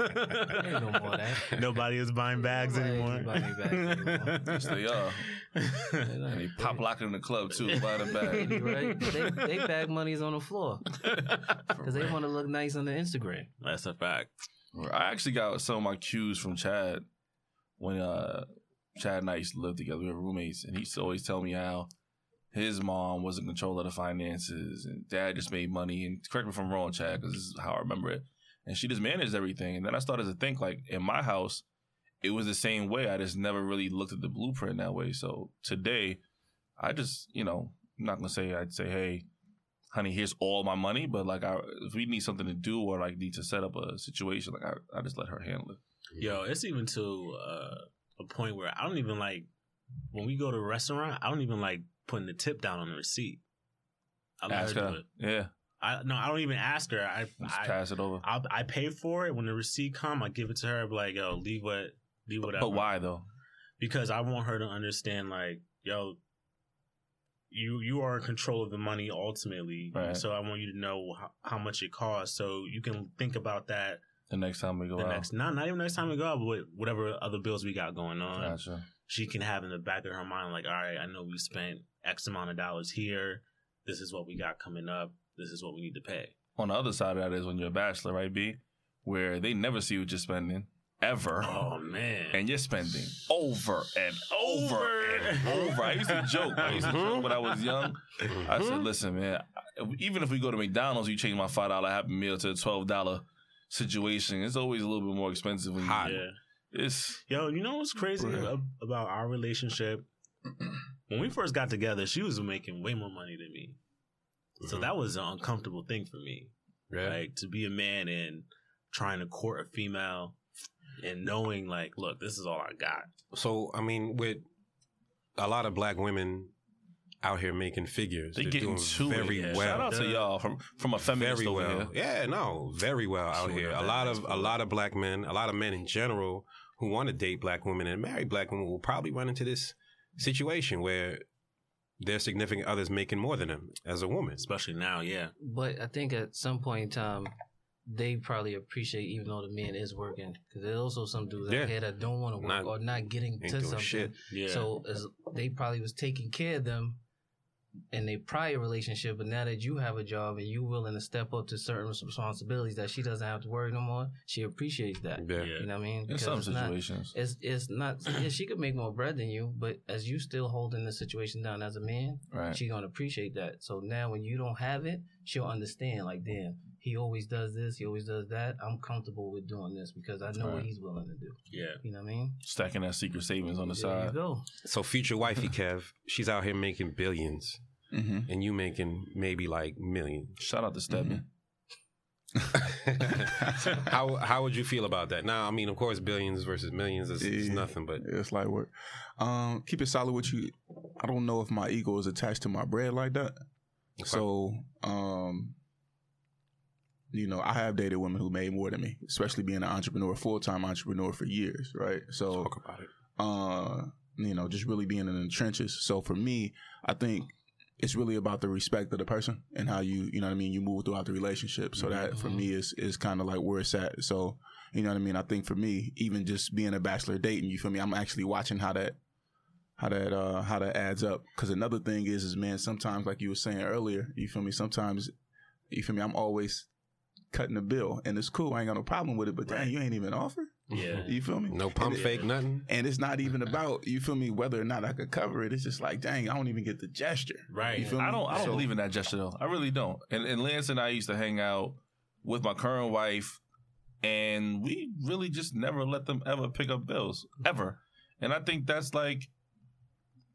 [SPEAKER 5] more of that.
[SPEAKER 2] Nobody is buying bags
[SPEAKER 5] Nobody
[SPEAKER 2] anymore.
[SPEAKER 5] can buy me bags
[SPEAKER 2] *laughs*
[SPEAKER 5] anymore.
[SPEAKER 6] Yes, they are. And they pop locking in the club too. Buy the bag. *laughs*
[SPEAKER 5] Maybe, right? they, they bag money's on the floor
[SPEAKER 2] *laughs*
[SPEAKER 5] because they want to look nice on the Instagram.
[SPEAKER 2] That's a fact.
[SPEAKER 6] I actually got some of my cues from Chad when uh Chad and I used to live together. We were roommates, and he used to always tell me how his mom was in control of the finances, and dad just made money. And correct me if I'm wrong, Chad, because this is how I remember it. And she just managed everything. And then I started to think, like, in my house, it was the same way. I just never really looked at the blueprint that way. So today, I just, you know, I'm not gonna say I'd say, hey, honey, here's all my money, but like, I, if we need something to do or like need to set up a situation, like, I, I just let her handle it.
[SPEAKER 2] Yo, it's even to uh, a point where I don't even like when we go to a restaurant. I don't even like putting the tip down on the receipt. I let her
[SPEAKER 6] Ask
[SPEAKER 2] do
[SPEAKER 6] her.
[SPEAKER 2] it.
[SPEAKER 6] Yeah,
[SPEAKER 2] I no, I don't even ask her. I
[SPEAKER 6] just
[SPEAKER 2] I,
[SPEAKER 6] pass it over.
[SPEAKER 2] I I pay for it when the receipt come. I give it to her. I be like, yo, leave what, leave whatever.
[SPEAKER 6] But why though?
[SPEAKER 2] Because I want her to understand, like, yo, you you are in control of the money ultimately.
[SPEAKER 6] Right.
[SPEAKER 2] So I want you to know how, how much it costs, so you can think about that
[SPEAKER 6] The next time we go
[SPEAKER 2] the
[SPEAKER 6] out.
[SPEAKER 2] next not not even next time we go out, but whatever other bills we got going on,
[SPEAKER 6] Gotcha.
[SPEAKER 2] she can have in the back of her mind, like, all right, I know we spent X amount of dollars here. This is what we got coming up. This is what we need to pay.
[SPEAKER 6] On the other side of that is when you're a bachelor, right, B? Where they never see what you're spending ever.
[SPEAKER 2] Oh man.
[SPEAKER 6] And you're spending over and over, and over. I used to joke. I used to joke when I was young.
[SPEAKER 1] Mm-hmm.
[SPEAKER 6] *laughs* I said, listen, man, even if we go to McDonald's, you change my $5 happy meal to a $12 situation. It's always a little bit more expensive. When you-
[SPEAKER 3] Hot.
[SPEAKER 2] yeah.
[SPEAKER 6] It's,
[SPEAKER 2] Yo, you know what's crazy
[SPEAKER 3] Bruh.
[SPEAKER 2] ab- about our relationship? When we first got together, she was making way more money than me. So that was an uncomfortable thing for me. Like to be a man and trying to court a female and knowing like, look, this is all I got.
[SPEAKER 1] So I mean, with a lot of black women out here making figures,
[SPEAKER 6] they
[SPEAKER 1] they are
[SPEAKER 6] getting
[SPEAKER 1] doing
[SPEAKER 6] to
[SPEAKER 1] very
[SPEAKER 6] it.
[SPEAKER 1] well.
[SPEAKER 6] Shout out to y'all from, from a feminist
[SPEAKER 1] very
[SPEAKER 6] over
[SPEAKER 1] well.
[SPEAKER 6] here.
[SPEAKER 1] Yeah, no, very well out
[SPEAKER 2] Showing
[SPEAKER 1] here.
[SPEAKER 2] up
[SPEAKER 1] A
[SPEAKER 2] that
[SPEAKER 1] lot
[SPEAKER 2] nice
[SPEAKER 1] of a
[SPEAKER 2] food.
[SPEAKER 1] lot of black men, a lot of men in general who want to date black women and marry black women will probably run into this situation where their significant others making more than them as a woman.
[SPEAKER 2] Especially now, yeah.
[SPEAKER 5] But I think at some point in time, they probably appreciate even though the man is working because there's also some dudes
[SPEAKER 1] Yeah.
[SPEAKER 5] out here that don't want to work
[SPEAKER 1] Not-
[SPEAKER 5] or not getting
[SPEAKER 1] Ain't
[SPEAKER 5] to
[SPEAKER 1] doing
[SPEAKER 5] something.
[SPEAKER 1] shit.
[SPEAKER 2] Yeah.
[SPEAKER 5] So as they probably was taking care of them in their prior relationship, but now that you have a job and you willing to step up to certain responsibilities that she doesn't have to worry no more, she appreciates that.
[SPEAKER 1] Yeah.
[SPEAKER 5] You know what I mean?
[SPEAKER 6] In
[SPEAKER 5] Because
[SPEAKER 6] some
[SPEAKER 5] it's not-
[SPEAKER 6] situations.
[SPEAKER 5] It's it's not. Yeah, she could make more bread than you, but as you still holding the situation down as a man,
[SPEAKER 6] right.
[SPEAKER 5] she gonna appreciate that. So now when you don't have it, she'll understand. Like, damn, he always does this, he always does that. I'm comfortable with doing this because I know what
[SPEAKER 6] Right.
[SPEAKER 5] he's willing to do.
[SPEAKER 2] yeah.
[SPEAKER 5] You know what I mean?
[SPEAKER 6] Stacking that secret savings on the
[SPEAKER 5] there
[SPEAKER 6] side.
[SPEAKER 5] you go.
[SPEAKER 1] So future wifey Kev, she's out here making billions
[SPEAKER 3] Mm-hmm.
[SPEAKER 1] and you making maybe like millions. *laughs*
[SPEAKER 6] Shout out to Stebby.
[SPEAKER 1] how how would you feel about that? Now, I mean, of course, billions versus millions is, is
[SPEAKER 3] Yeah.
[SPEAKER 1] nothing, but
[SPEAKER 3] Yeah, it's light work. Um, keep it solid with you. I don't know if my ego is attached to my bread like that. So, um, you know, I have dated women who made more than me, especially being an entrepreneur, full time entrepreneur for years, right? So,
[SPEAKER 1] talk about it.
[SPEAKER 3] uh, you know, just really being in the trenches. So for me, I think it's really about the respect of the person and how you, you know what I mean, you move throughout the relationship. So that for me is is kind of like where it's at. So, you know what I mean? I think for me, even just being a bachelor dating, you feel me, I'm actually watching how that how that uh how that adds up. Cause another thing is is man, sometimes like you were saying earlier, you feel me, sometimes you feel me, I'm always cutting the bill and it's cool, I ain't got no problem with it, but dang, you ain't even offer.
[SPEAKER 2] Yeah.
[SPEAKER 5] *laughs*
[SPEAKER 3] You feel me?
[SPEAKER 1] No pump
[SPEAKER 3] And it-
[SPEAKER 1] fake, nothing.
[SPEAKER 3] and it's not even
[SPEAKER 6] Mm-hmm.
[SPEAKER 3] about you feel me whether or not I could cover it. It's just like dang, I don't even get the gesture.
[SPEAKER 2] Right. *laughs*
[SPEAKER 3] You feel *laughs* me?
[SPEAKER 6] I don't. I don't
[SPEAKER 3] So-
[SPEAKER 6] believe in that gesture though. I really don't. And, and Lance and I used to hang out with my current wife, and we really just never let them ever pick up bills ever. And I think that's like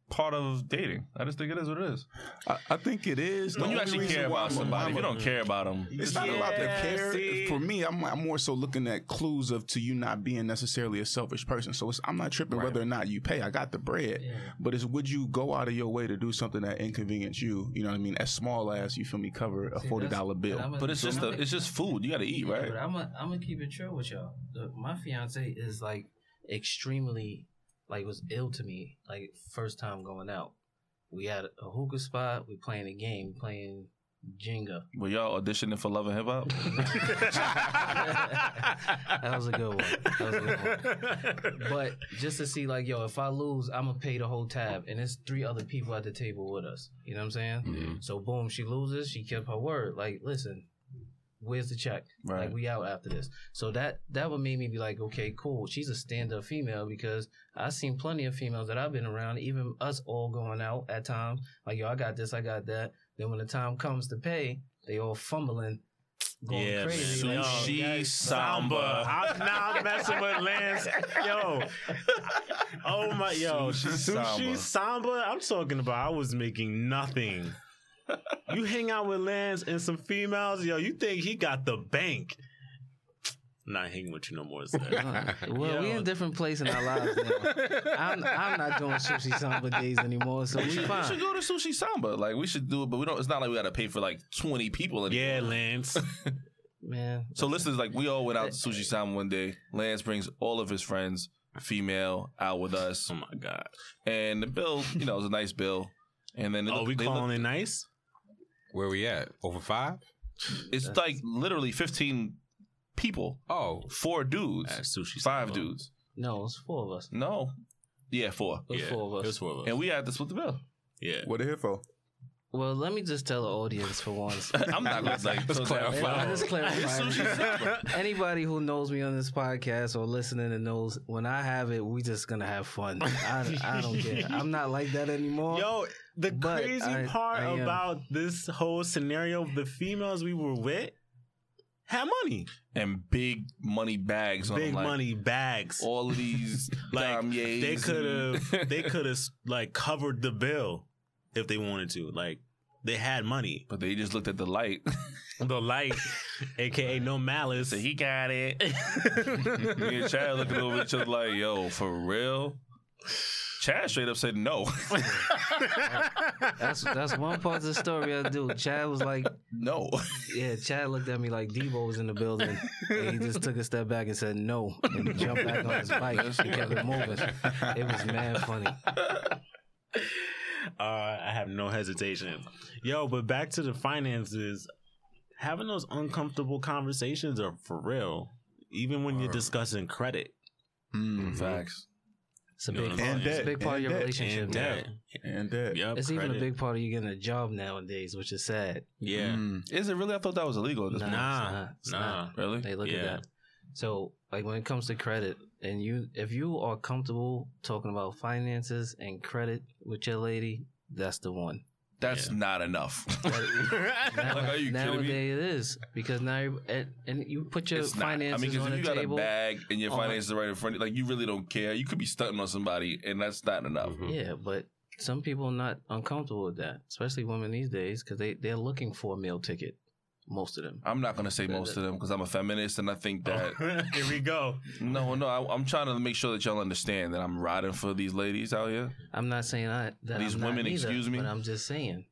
[SPEAKER 6] part of dating. I just think it is what it is.
[SPEAKER 3] I, I think it is.
[SPEAKER 6] When
[SPEAKER 3] The
[SPEAKER 6] you
[SPEAKER 3] only
[SPEAKER 6] actually
[SPEAKER 3] reason
[SPEAKER 6] care
[SPEAKER 3] why
[SPEAKER 6] about
[SPEAKER 3] I'm a-
[SPEAKER 6] somebody,
[SPEAKER 3] I'm
[SPEAKER 6] if
[SPEAKER 3] a-
[SPEAKER 6] you don't care about them.
[SPEAKER 3] It's not about the
[SPEAKER 2] Yeah,
[SPEAKER 3] care.
[SPEAKER 2] see?
[SPEAKER 3] For me, I'm, I'm more so looking at clues of to you not being necessarily a selfish person. So it's, I'm not tripping
[SPEAKER 1] Right.
[SPEAKER 3] whether or not you pay. I got the bread. But it's would you go out of your way to do something that inconvenienced you? You know what I mean? As small as you feel me, cover a
[SPEAKER 5] See,
[SPEAKER 3] forty dollar
[SPEAKER 5] that's-
[SPEAKER 3] bill.
[SPEAKER 5] and I'ma-
[SPEAKER 6] But it's just a,
[SPEAKER 5] I'ma-
[SPEAKER 6] it's just food. You got to eat, right?
[SPEAKER 5] But I'm gonna I'm gonna keep it true with y'all. The- my fiance is like extremely like was ill to me like first time going out. We had a hookah spot. We playing a game, playing Jenga.
[SPEAKER 6] Were y'all auditioning for Love and Hip Hop?
[SPEAKER 5] That was a good one. That was a good
[SPEAKER 2] *laughs*
[SPEAKER 5] But just to see like yo, if I lose, I'm gonna pay the whole tab, and it's three other people at the
[SPEAKER 1] Mm-hmm.
[SPEAKER 5] table with us. You know what I'm saying? So boom, she loses. She kept her word. Like listen, where's the check?
[SPEAKER 3] Right.
[SPEAKER 5] Like we out after this. So that that would make me be like, okay, cool. She's a stand up female because I've seen plenty of females that I've been around, even us all going out at times. Like yo, I got this, I got that. Then when the time comes to pay, they all fumbling, going
[SPEAKER 2] Yeah,
[SPEAKER 5] crazy.
[SPEAKER 2] man.
[SPEAKER 5] Like,
[SPEAKER 2] Yo,
[SPEAKER 5] yo,
[SPEAKER 6] She
[SPEAKER 5] guys,
[SPEAKER 6] samba.
[SPEAKER 2] I'm not messing with Lance. Yo. Oh my yo,
[SPEAKER 6] Sushi
[SPEAKER 2] sushi
[SPEAKER 6] samba.
[SPEAKER 2] samba. I'm talking about I was making nothing. You hang out with Lance and some females, yo, you think he got the bank. Not hanging with you no more. Zach.
[SPEAKER 6] *laughs*
[SPEAKER 5] Uh, well, we
[SPEAKER 2] Yo.
[SPEAKER 5] in different place in our lives now. I'm, I'm not doing sushi samba days anymore, so
[SPEAKER 6] We
[SPEAKER 5] we
[SPEAKER 6] should, we should
[SPEAKER 5] fine.
[SPEAKER 6] go to Sushi Samba. Like we should do it, but we don't. It's not like we got to pay for like twenty people. Anymore.
[SPEAKER 2] Yeah, Lance. Oh
[SPEAKER 5] Man,
[SPEAKER 6] So listeners, like we all went out to Sushi Samba one day. Lance brings all of his friends, female, out with us,
[SPEAKER 2] Oh my god.
[SPEAKER 6] and the bill, you know, it was a nice bill. And then they
[SPEAKER 2] Oh,
[SPEAKER 6] look-
[SPEAKER 2] we
[SPEAKER 6] they
[SPEAKER 2] calling
[SPEAKER 6] look-
[SPEAKER 2] it nice?
[SPEAKER 1] Where we at? Over five?
[SPEAKER 6] It's like literally fifteen people,
[SPEAKER 1] Oh,
[SPEAKER 6] four dudes,
[SPEAKER 2] That's sushi.
[SPEAKER 6] five
[SPEAKER 2] samba.
[SPEAKER 6] dudes.
[SPEAKER 5] no, it's four of us.
[SPEAKER 6] No, yeah, four.
[SPEAKER 5] It was
[SPEAKER 2] Yeah,
[SPEAKER 5] four of us.
[SPEAKER 2] It was four of us.
[SPEAKER 6] And we had this with the bill. *laughs*
[SPEAKER 2] yeah.
[SPEAKER 3] What they here for?
[SPEAKER 5] Well, let me just tell the audience for once.
[SPEAKER 6] I'm
[SPEAKER 5] *laughs*
[SPEAKER 6] not gonna
[SPEAKER 2] *laughs*
[SPEAKER 6] like
[SPEAKER 1] Let's
[SPEAKER 6] so
[SPEAKER 1] clarify.
[SPEAKER 5] Let- I'll just clarify.
[SPEAKER 6] Sushi Samba.
[SPEAKER 5] Anybody who knows me on this podcast or listening and knows when I have it, we just gonna have fun. I, I don't care. I'm not like that anymore.
[SPEAKER 2] Yo, the
[SPEAKER 5] But
[SPEAKER 2] crazy
[SPEAKER 5] I-
[SPEAKER 2] part
[SPEAKER 5] I am-
[SPEAKER 2] about this whole scenario, the females we were with had money,
[SPEAKER 6] and big money bags on
[SPEAKER 2] big
[SPEAKER 6] them, like,
[SPEAKER 2] money bags.
[SPEAKER 6] All of these
[SPEAKER 2] *laughs* Like,
[SPEAKER 6] Kanye's
[SPEAKER 2] they
[SPEAKER 6] and-
[SPEAKER 2] could
[SPEAKER 6] *laughs*
[SPEAKER 2] have, they could have like covered the bill if they wanted to. Like they had money,
[SPEAKER 6] but they just looked at the light.
[SPEAKER 2] the light, *laughs* aka no malice.
[SPEAKER 6] So he got it. Me and Chad looking over each other like, yo, for real? Chad straight up said no.
[SPEAKER 5] That's that's one part of the story I do. Chad was like,
[SPEAKER 6] *laughs* no.
[SPEAKER 5] yeah. Chad looked at me like Debo was in the building, and he just took a step back and said no, and he jumped back on his bike and kept it moving. It was mad funny.
[SPEAKER 2] *laughs* Uh, I have no hesitation. Yo, but back to the finances. Having those uncomfortable conversations are for real. Even when you're
[SPEAKER 1] Word.
[SPEAKER 2] discussing credit
[SPEAKER 1] Mm-hmm.
[SPEAKER 6] Mm. Facts.
[SPEAKER 5] It's a
[SPEAKER 2] You know
[SPEAKER 5] big,
[SPEAKER 2] what I'm
[SPEAKER 5] part,
[SPEAKER 2] saying?
[SPEAKER 5] it's a big part of your
[SPEAKER 3] And debt.
[SPEAKER 5] relationship.
[SPEAKER 2] and
[SPEAKER 5] now.
[SPEAKER 2] debt.
[SPEAKER 3] And that.
[SPEAKER 2] Yep,
[SPEAKER 5] It's even a
[SPEAKER 2] credit.
[SPEAKER 5] big part of you getting a job nowadays, which is sad.
[SPEAKER 2] yeah.
[SPEAKER 3] Mm.
[SPEAKER 6] Is it really? I thought that was illegal. at this
[SPEAKER 5] Nah,
[SPEAKER 6] point.
[SPEAKER 2] Nah,
[SPEAKER 5] it's not. It's
[SPEAKER 2] nah.
[SPEAKER 5] not.
[SPEAKER 6] Really?
[SPEAKER 5] They look at
[SPEAKER 2] Yeah.
[SPEAKER 5] that. So, like when it comes to credit, and you, if you are comfortable talking about finances and credit with your lady, that's the one.
[SPEAKER 6] That's not *laughs* enough.
[SPEAKER 5] Now,
[SPEAKER 6] *laughs* Like, are you kidding
[SPEAKER 5] nowadays
[SPEAKER 6] me?
[SPEAKER 5] it is because now you and, and you put your
[SPEAKER 6] It's not. I mean,
[SPEAKER 5] finances
[SPEAKER 6] because
[SPEAKER 5] on
[SPEAKER 6] if
[SPEAKER 5] the
[SPEAKER 6] you got
[SPEAKER 5] table.
[SPEAKER 6] a bag and your
[SPEAKER 5] Oh, my-
[SPEAKER 6] finances are right in front of you, like, you really don't care. You could be stunting on somebody, and that's not enough.
[SPEAKER 1] Mhm.
[SPEAKER 5] Yeah, but some people are not uncomfortable with that, especially women these days, because they they're looking for a meal ticket. Most of them.
[SPEAKER 6] I'm not going to say most of them because I'm a feminist, and I think
[SPEAKER 5] Oh.
[SPEAKER 6] that.
[SPEAKER 5] *laughs*
[SPEAKER 2] *laughs* Here we go.
[SPEAKER 6] No, no, I, I'm trying to make sure that y'all understand that I'm riding for these ladies out here.
[SPEAKER 5] I'm not saying I, that
[SPEAKER 6] These
[SPEAKER 5] I'm not
[SPEAKER 6] women,
[SPEAKER 5] either,
[SPEAKER 6] excuse me?
[SPEAKER 5] but I'm just saying.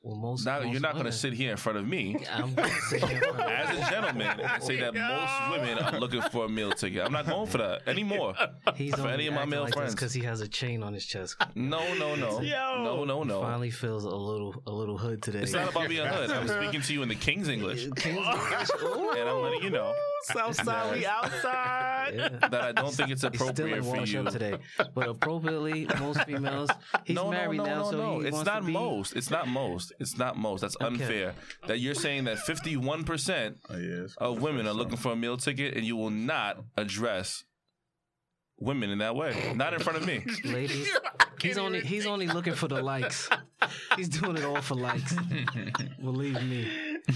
[SPEAKER 5] Well, most
[SPEAKER 6] Now
[SPEAKER 5] most
[SPEAKER 6] you're not going to
[SPEAKER 5] women-
[SPEAKER 6] sit here in front of me
[SPEAKER 5] *laughs* I'm gonna sit here in front of
[SPEAKER 6] *laughs* as
[SPEAKER 5] you.
[SPEAKER 6] a gentleman
[SPEAKER 5] *laughs*
[SPEAKER 6] and say that most women are looking for a meal ticket. I'm not going for that anymore.
[SPEAKER 5] He's
[SPEAKER 6] For
[SPEAKER 5] only
[SPEAKER 6] any of my male friends.
[SPEAKER 5] because he has a chain on his chest.
[SPEAKER 6] No, no, no, no,
[SPEAKER 2] Yo.
[SPEAKER 6] no, no.
[SPEAKER 5] Finally feels a little a little hood today. *laughs*
[SPEAKER 6] It's not about being hood. I'm speaking to you in the King's English,
[SPEAKER 5] King's
[SPEAKER 6] *laughs*
[SPEAKER 5] English. Ooh.
[SPEAKER 6] and I'm letting you know
[SPEAKER 2] *laughs* Southside, we outside.
[SPEAKER 5] Yeah.
[SPEAKER 6] that I don't think it's
[SPEAKER 5] He's still in
[SPEAKER 6] appropriate for
[SPEAKER 5] wash
[SPEAKER 6] you.
[SPEAKER 5] up today, but appropriately, most
[SPEAKER 6] *laughs*
[SPEAKER 5] females. He's
[SPEAKER 6] no,
[SPEAKER 5] married
[SPEAKER 6] no, no,
[SPEAKER 5] now,
[SPEAKER 6] no,
[SPEAKER 5] so
[SPEAKER 6] no.
[SPEAKER 5] he
[SPEAKER 6] It's
[SPEAKER 5] wants
[SPEAKER 6] not
[SPEAKER 5] to be.
[SPEAKER 6] most. *laughs* It's not most. It's not most. That's unfair. That you're saying that 51 percent
[SPEAKER 3] Oh, yeah, it's-
[SPEAKER 6] of women are looking for a meal ticket, and you will not address women in that way. Not in front of me.
[SPEAKER 5] Ladies, he's only he's only looking for the
[SPEAKER 6] *laughs*
[SPEAKER 5] likes. He's doing it all for likes. Believe me.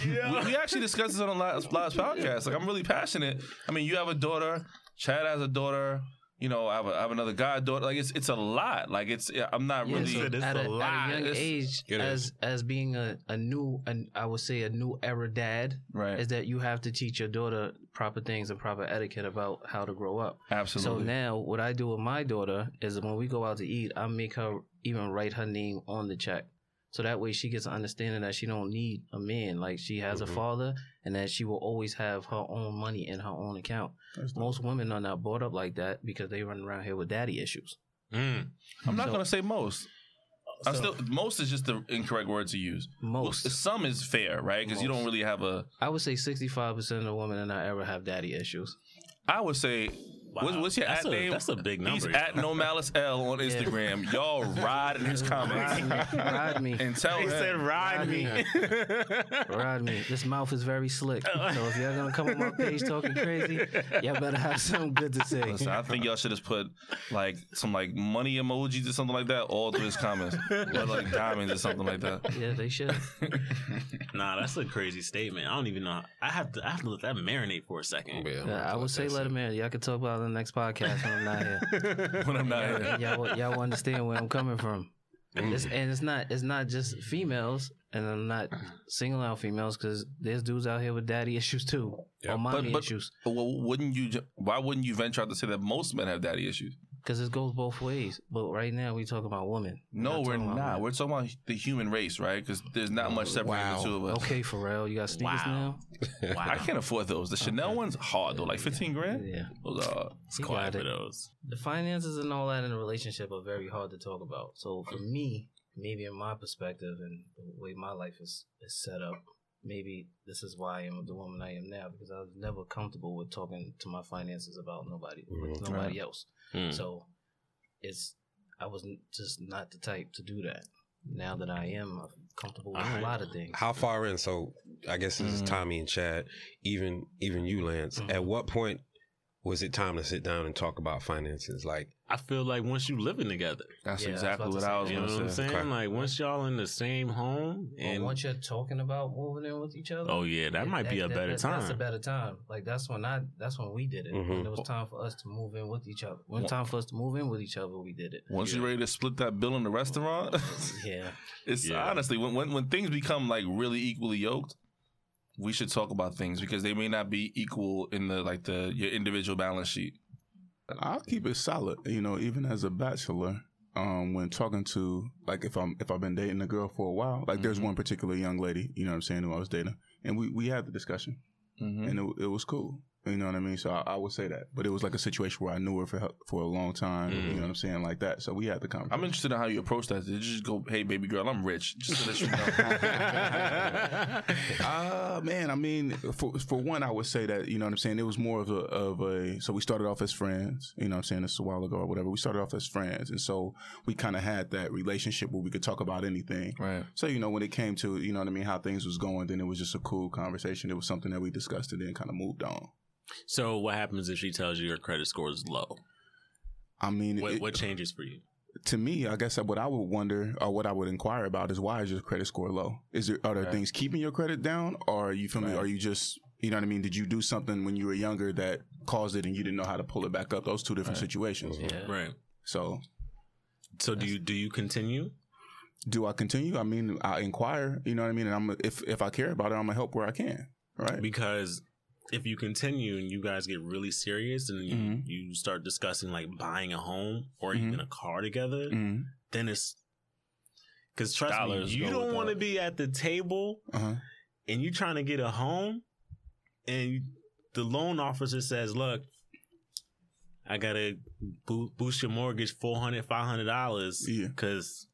[SPEAKER 6] we, we actually discussed this on the last, last podcast. Like, I'm really passionate. I mean, you have a daughter. Chad has a daughter. You know, I have, a, I have another goddaughter. Like, it's it's a lot. Like, it's I'm not
[SPEAKER 5] Yeah,
[SPEAKER 6] really.
[SPEAKER 5] so
[SPEAKER 2] It's a
[SPEAKER 5] at, a,
[SPEAKER 2] lot.
[SPEAKER 5] at a young
[SPEAKER 6] It's-
[SPEAKER 5] age,
[SPEAKER 1] it
[SPEAKER 5] as
[SPEAKER 1] is.
[SPEAKER 5] as being a, a new, an, I would say a new era dad,
[SPEAKER 6] right.
[SPEAKER 5] is that you have to teach your daughter proper things and proper etiquette about how to grow up.
[SPEAKER 6] Absolutely.
[SPEAKER 5] So now, what I do with my daughter is when we go out to eat, I make her even write her name on the check, so that way she gets an understanding that she don't need a man, like she has
[SPEAKER 1] Mhm.
[SPEAKER 5] a father, and that she will always have her own money in her own account.
[SPEAKER 3] That's dope.
[SPEAKER 5] Most women are not brought up like that because they run around here with daddy issues.
[SPEAKER 6] I'm not
[SPEAKER 5] so-
[SPEAKER 6] gonna say most. I'm still most is just the incorrect word to use.
[SPEAKER 5] Most.
[SPEAKER 6] Some is fair, right? Because you don't
[SPEAKER 5] Most.
[SPEAKER 6] really have a.
[SPEAKER 5] I would say 65% of the women in our era have daddy issues.
[SPEAKER 6] I would say What's, what's your
[SPEAKER 2] that's
[SPEAKER 6] at
[SPEAKER 2] a,
[SPEAKER 6] name?
[SPEAKER 2] That's a big number.
[SPEAKER 6] He's at No Malice L on
[SPEAKER 5] Yeah.
[SPEAKER 6] Instagram. Y'all ride in his comments
[SPEAKER 5] Ride me. Ride me.
[SPEAKER 6] and tell
[SPEAKER 2] he
[SPEAKER 6] him.
[SPEAKER 2] said, "Ride
[SPEAKER 5] Ride
[SPEAKER 2] me."
[SPEAKER 5] *laughs* Ride me. This mouth is very slick. So if y'all gonna come on my page talking crazy, y'all better have something good to say.
[SPEAKER 6] Listen, I think y'all should have put like some like money emojis or something like that all through his comments, or like diamonds or something like that.
[SPEAKER 5] Yeah, they should.
[SPEAKER 2] *laughs* Nah, that's a crazy statement. I don't even know. I have to. I have to let that marinate for a second.
[SPEAKER 1] Yeah, I'm
[SPEAKER 5] Yeah,
[SPEAKER 1] about
[SPEAKER 5] I
[SPEAKER 1] to
[SPEAKER 5] would
[SPEAKER 1] let
[SPEAKER 5] say
[SPEAKER 1] that
[SPEAKER 5] let
[SPEAKER 1] sit.
[SPEAKER 5] him in. Y'all can talk about it on the next podcast when I'm not here.
[SPEAKER 6] When
[SPEAKER 5] *laughs*
[SPEAKER 6] I'm not
[SPEAKER 5] y'all,
[SPEAKER 6] here.
[SPEAKER 5] y'all, will- y'all will understand where I'm coming from.
[SPEAKER 1] Mm.
[SPEAKER 5] It's, and it's not it's not just females, and I'm not singling out females because there's dudes out here with daddy issues too,
[SPEAKER 1] Yeah,
[SPEAKER 5] or mommy
[SPEAKER 6] but-
[SPEAKER 5] issues.
[SPEAKER 6] Well, wouldn't you? ju- Why wouldn't you venture out to say that most men have daddy issues?
[SPEAKER 5] Because it goes both ways. But right now we talking about women.
[SPEAKER 6] No, we're
[SPEAKER 5] talking about
[SPEAKER 6] not.
[SPEAKER 5] men.
[SPEAKER 6] We're talking about the human race, right? Because there's not much separating
[SPEAKER 3] Wow.
[SPEAKER 6] the two of us.
[SPEAKER 5] okay, Pharrell, you got sneakers
[SPEAKER 2] Wow. Wow,
[SPEAKER 6] I can't afford those. The Chanel one's hard though, like fifteen
[SPEAKER 5] now.
[SPEAKER 6] grand.
[SPEAKER 5] Yeah,
[SPEAKER 6] Those are hard.
[SPEAKER 2] it's
[SPEAKER 5] You
[SPEAKER 2] quiet
[SPEAKER 5] got
[SPEAKER 2] for
[SPEAKER 5] it.
[SPEAKER 2] those.
[SPEAKER 5] the finances and all that in a relationship are very hard to talk about. So for me, maybe in my perspective and the way my life is, is set up, maybe this is why I am the woman I am now because I was never comfortable with talking to my finances about nobody with
[SPEAKER 1] Mhm.
[SPEAKER 5] nobody else.
[SPEAKER 2] Mm.
[SPEAKER 5] So it's I was n- just not the type to do that. Now that I am, I'm comfortable with a
[SPEAKER 2] Alright.
[SPEAKER 5] lot of things.
[SPEAKER 1] *laughs* How far in? So I guess this is
[SPEAKER 6] Mhm.
[SPEAKER 1] Tommy and Chad, even even you, Lance.
[SPEAKER 5] Mhm.
[SPEAKER 1] At what point was it time to sit down and talk about finances? Like,
[SPEAKER 2] I feel like once you living together,
[SPEAKER 6] That's
[SPEAKER 5] Yeah, I was
[SPEAKER 6] exactly
[SPEAKER 5] about
[SPEAKER 6] what
[SPEAKER 5] to
[SPEAKER 6] I was
[SPEAKER 5] say.
[SPEAKER 2] you know what
[SPEAKER 6] gonna
[SPEAKER 2] I'm
[SPEAKER 6] say.
[SPEAKER 2] saying?
[SPEAKER 1] Okay.
[SPEAKER 2] Like once y'all in the same home,
[SPEAKER 5] And
[SPEAKER 2] and
[SPEAKER 5] once you're talking about moving in with each other,
[SPEAKER 2] oh yeah, that might be a better
[SPEAKER 5] that- That's a
[SPEAKER 2] time.
[SPEAKER 5] better time. Like that's when I. That's when we did it.
[SPEAKER 3] Mm-hmm.
[SPEAKER 1] Mhm.
[SPEAKER 5] When it was time for us to move in with each other. When
[SPEAKER 6] Well-
[SPEAKER 5] time for us to move in with each other, we did it.
[SPEAKER 6] Once you're ready to split that bill in the restaurant, *laughs*
[SPEAKER 5] Yeah,
[SPEAKER 6] it's
[SPEAKER 2] Yeah.
[SPEAKER 6] honestly when, when when things become like really equally yoked, we should talk about things because they may not be equal in the like the your individual balance sheet.
[SPEAKER 3] I'll keep it solid. You know, even as a bachelor, um, when talking to like if I'm if I've been dating a girl for a while, like there's
[SPEAKER 6] Mhm.
[SPEAKER 3] one particular young lady, you know what I'm saying, who I was dating, and we we had the discussion,
[SPEAKER 6] Mm-hmm.
[SPEAKER 3] and it, it was cool. You know what I mean? So I, I would say that, but it was like a situation where I knew her for for a long time. You
[SPEAKER 2] Mhm.
[SPEAKER 3] know what I'm saying, like that. So we had the conversation.
[SPEAKER 6] Mm-hmm. I'm interested in how you approach that. Did you just go, "Hey, baby girl, I'm rich," just to let you know.
[SPEAKER 3] Uh man, I mean, for for one, I would say that you know what I'm saying. It was more of a of a. So we started off as friends. You know what I'm saying. This is a while ago or whatever. We started off as friends, and so we kind of had that relationship where we could talk about anything.
[SPEAKER 6] *laughs* right.
[SPEAKER 3] So you know when it came to you know what I mean, how things was going, then it was just a cool conversation. It was something that we discussed and then kind of moved on.
[SPEAKER 2] so what happens if she tells you your credit score is low?
[SPEAKER 3] I mean,
[SPEAKER 2] What,
[SPEAKER 3] it-
[SPEAKER 2] what changes for you?
[SPEAKER 3] to me, I guess what I would wonder or what I would inquire about is why is your credit score low? Is there are there
[SPEAKER 6] Right.
[SPEAKER 3] things keeping your credit down, or are you feel me?
[SPEAKER 6] Right.
[SPEAKER 3] Are you just you know what I mean? Did you do something when you were younger that caused it and you didn't know how to pull it back up? Those two different
[SPEAKER 6] Right.
[SPEAKER 3] situations.
[SPEAKER 5] yeah.
[SPEAKER 2] Right.
[SPEAKER 3] So
[SPEAKER 2] So do you do you continue?
[SPEAKER 3] do I continue? I mean, I inquire. You know what I mean? And I'm if if I care about it, I'm gonna help where I can. Right.
[SPEAKER 2] Because if you continue and you guys get really serious and you,
[SPEAKER 3] Mhm.
[SPEAKER 2] you start discussing like buying a home or
[SPEAKER 3] Mhm.
[SPEAKER 2] even a car together,
[SPEAKER 3] Mm,
[SPEAKER 2] then it's because trust
[SPEAKER 6] Dollars
[SPEAKER 2] me, you
[SPEAKER 6] go with
[SPEAKER 2] don't want to
[SPEAKER 6] that.
[SPEAKER 2] be at the table
[SPEAKER 3] uh-huh.
[SPEAKER 2] and you trying to get a home, and the loan officer says, "Look, I gotta bo- boost your mortgage 400 dollars
[SPEAKER 3] Yeah.
[SPEAKER 2] because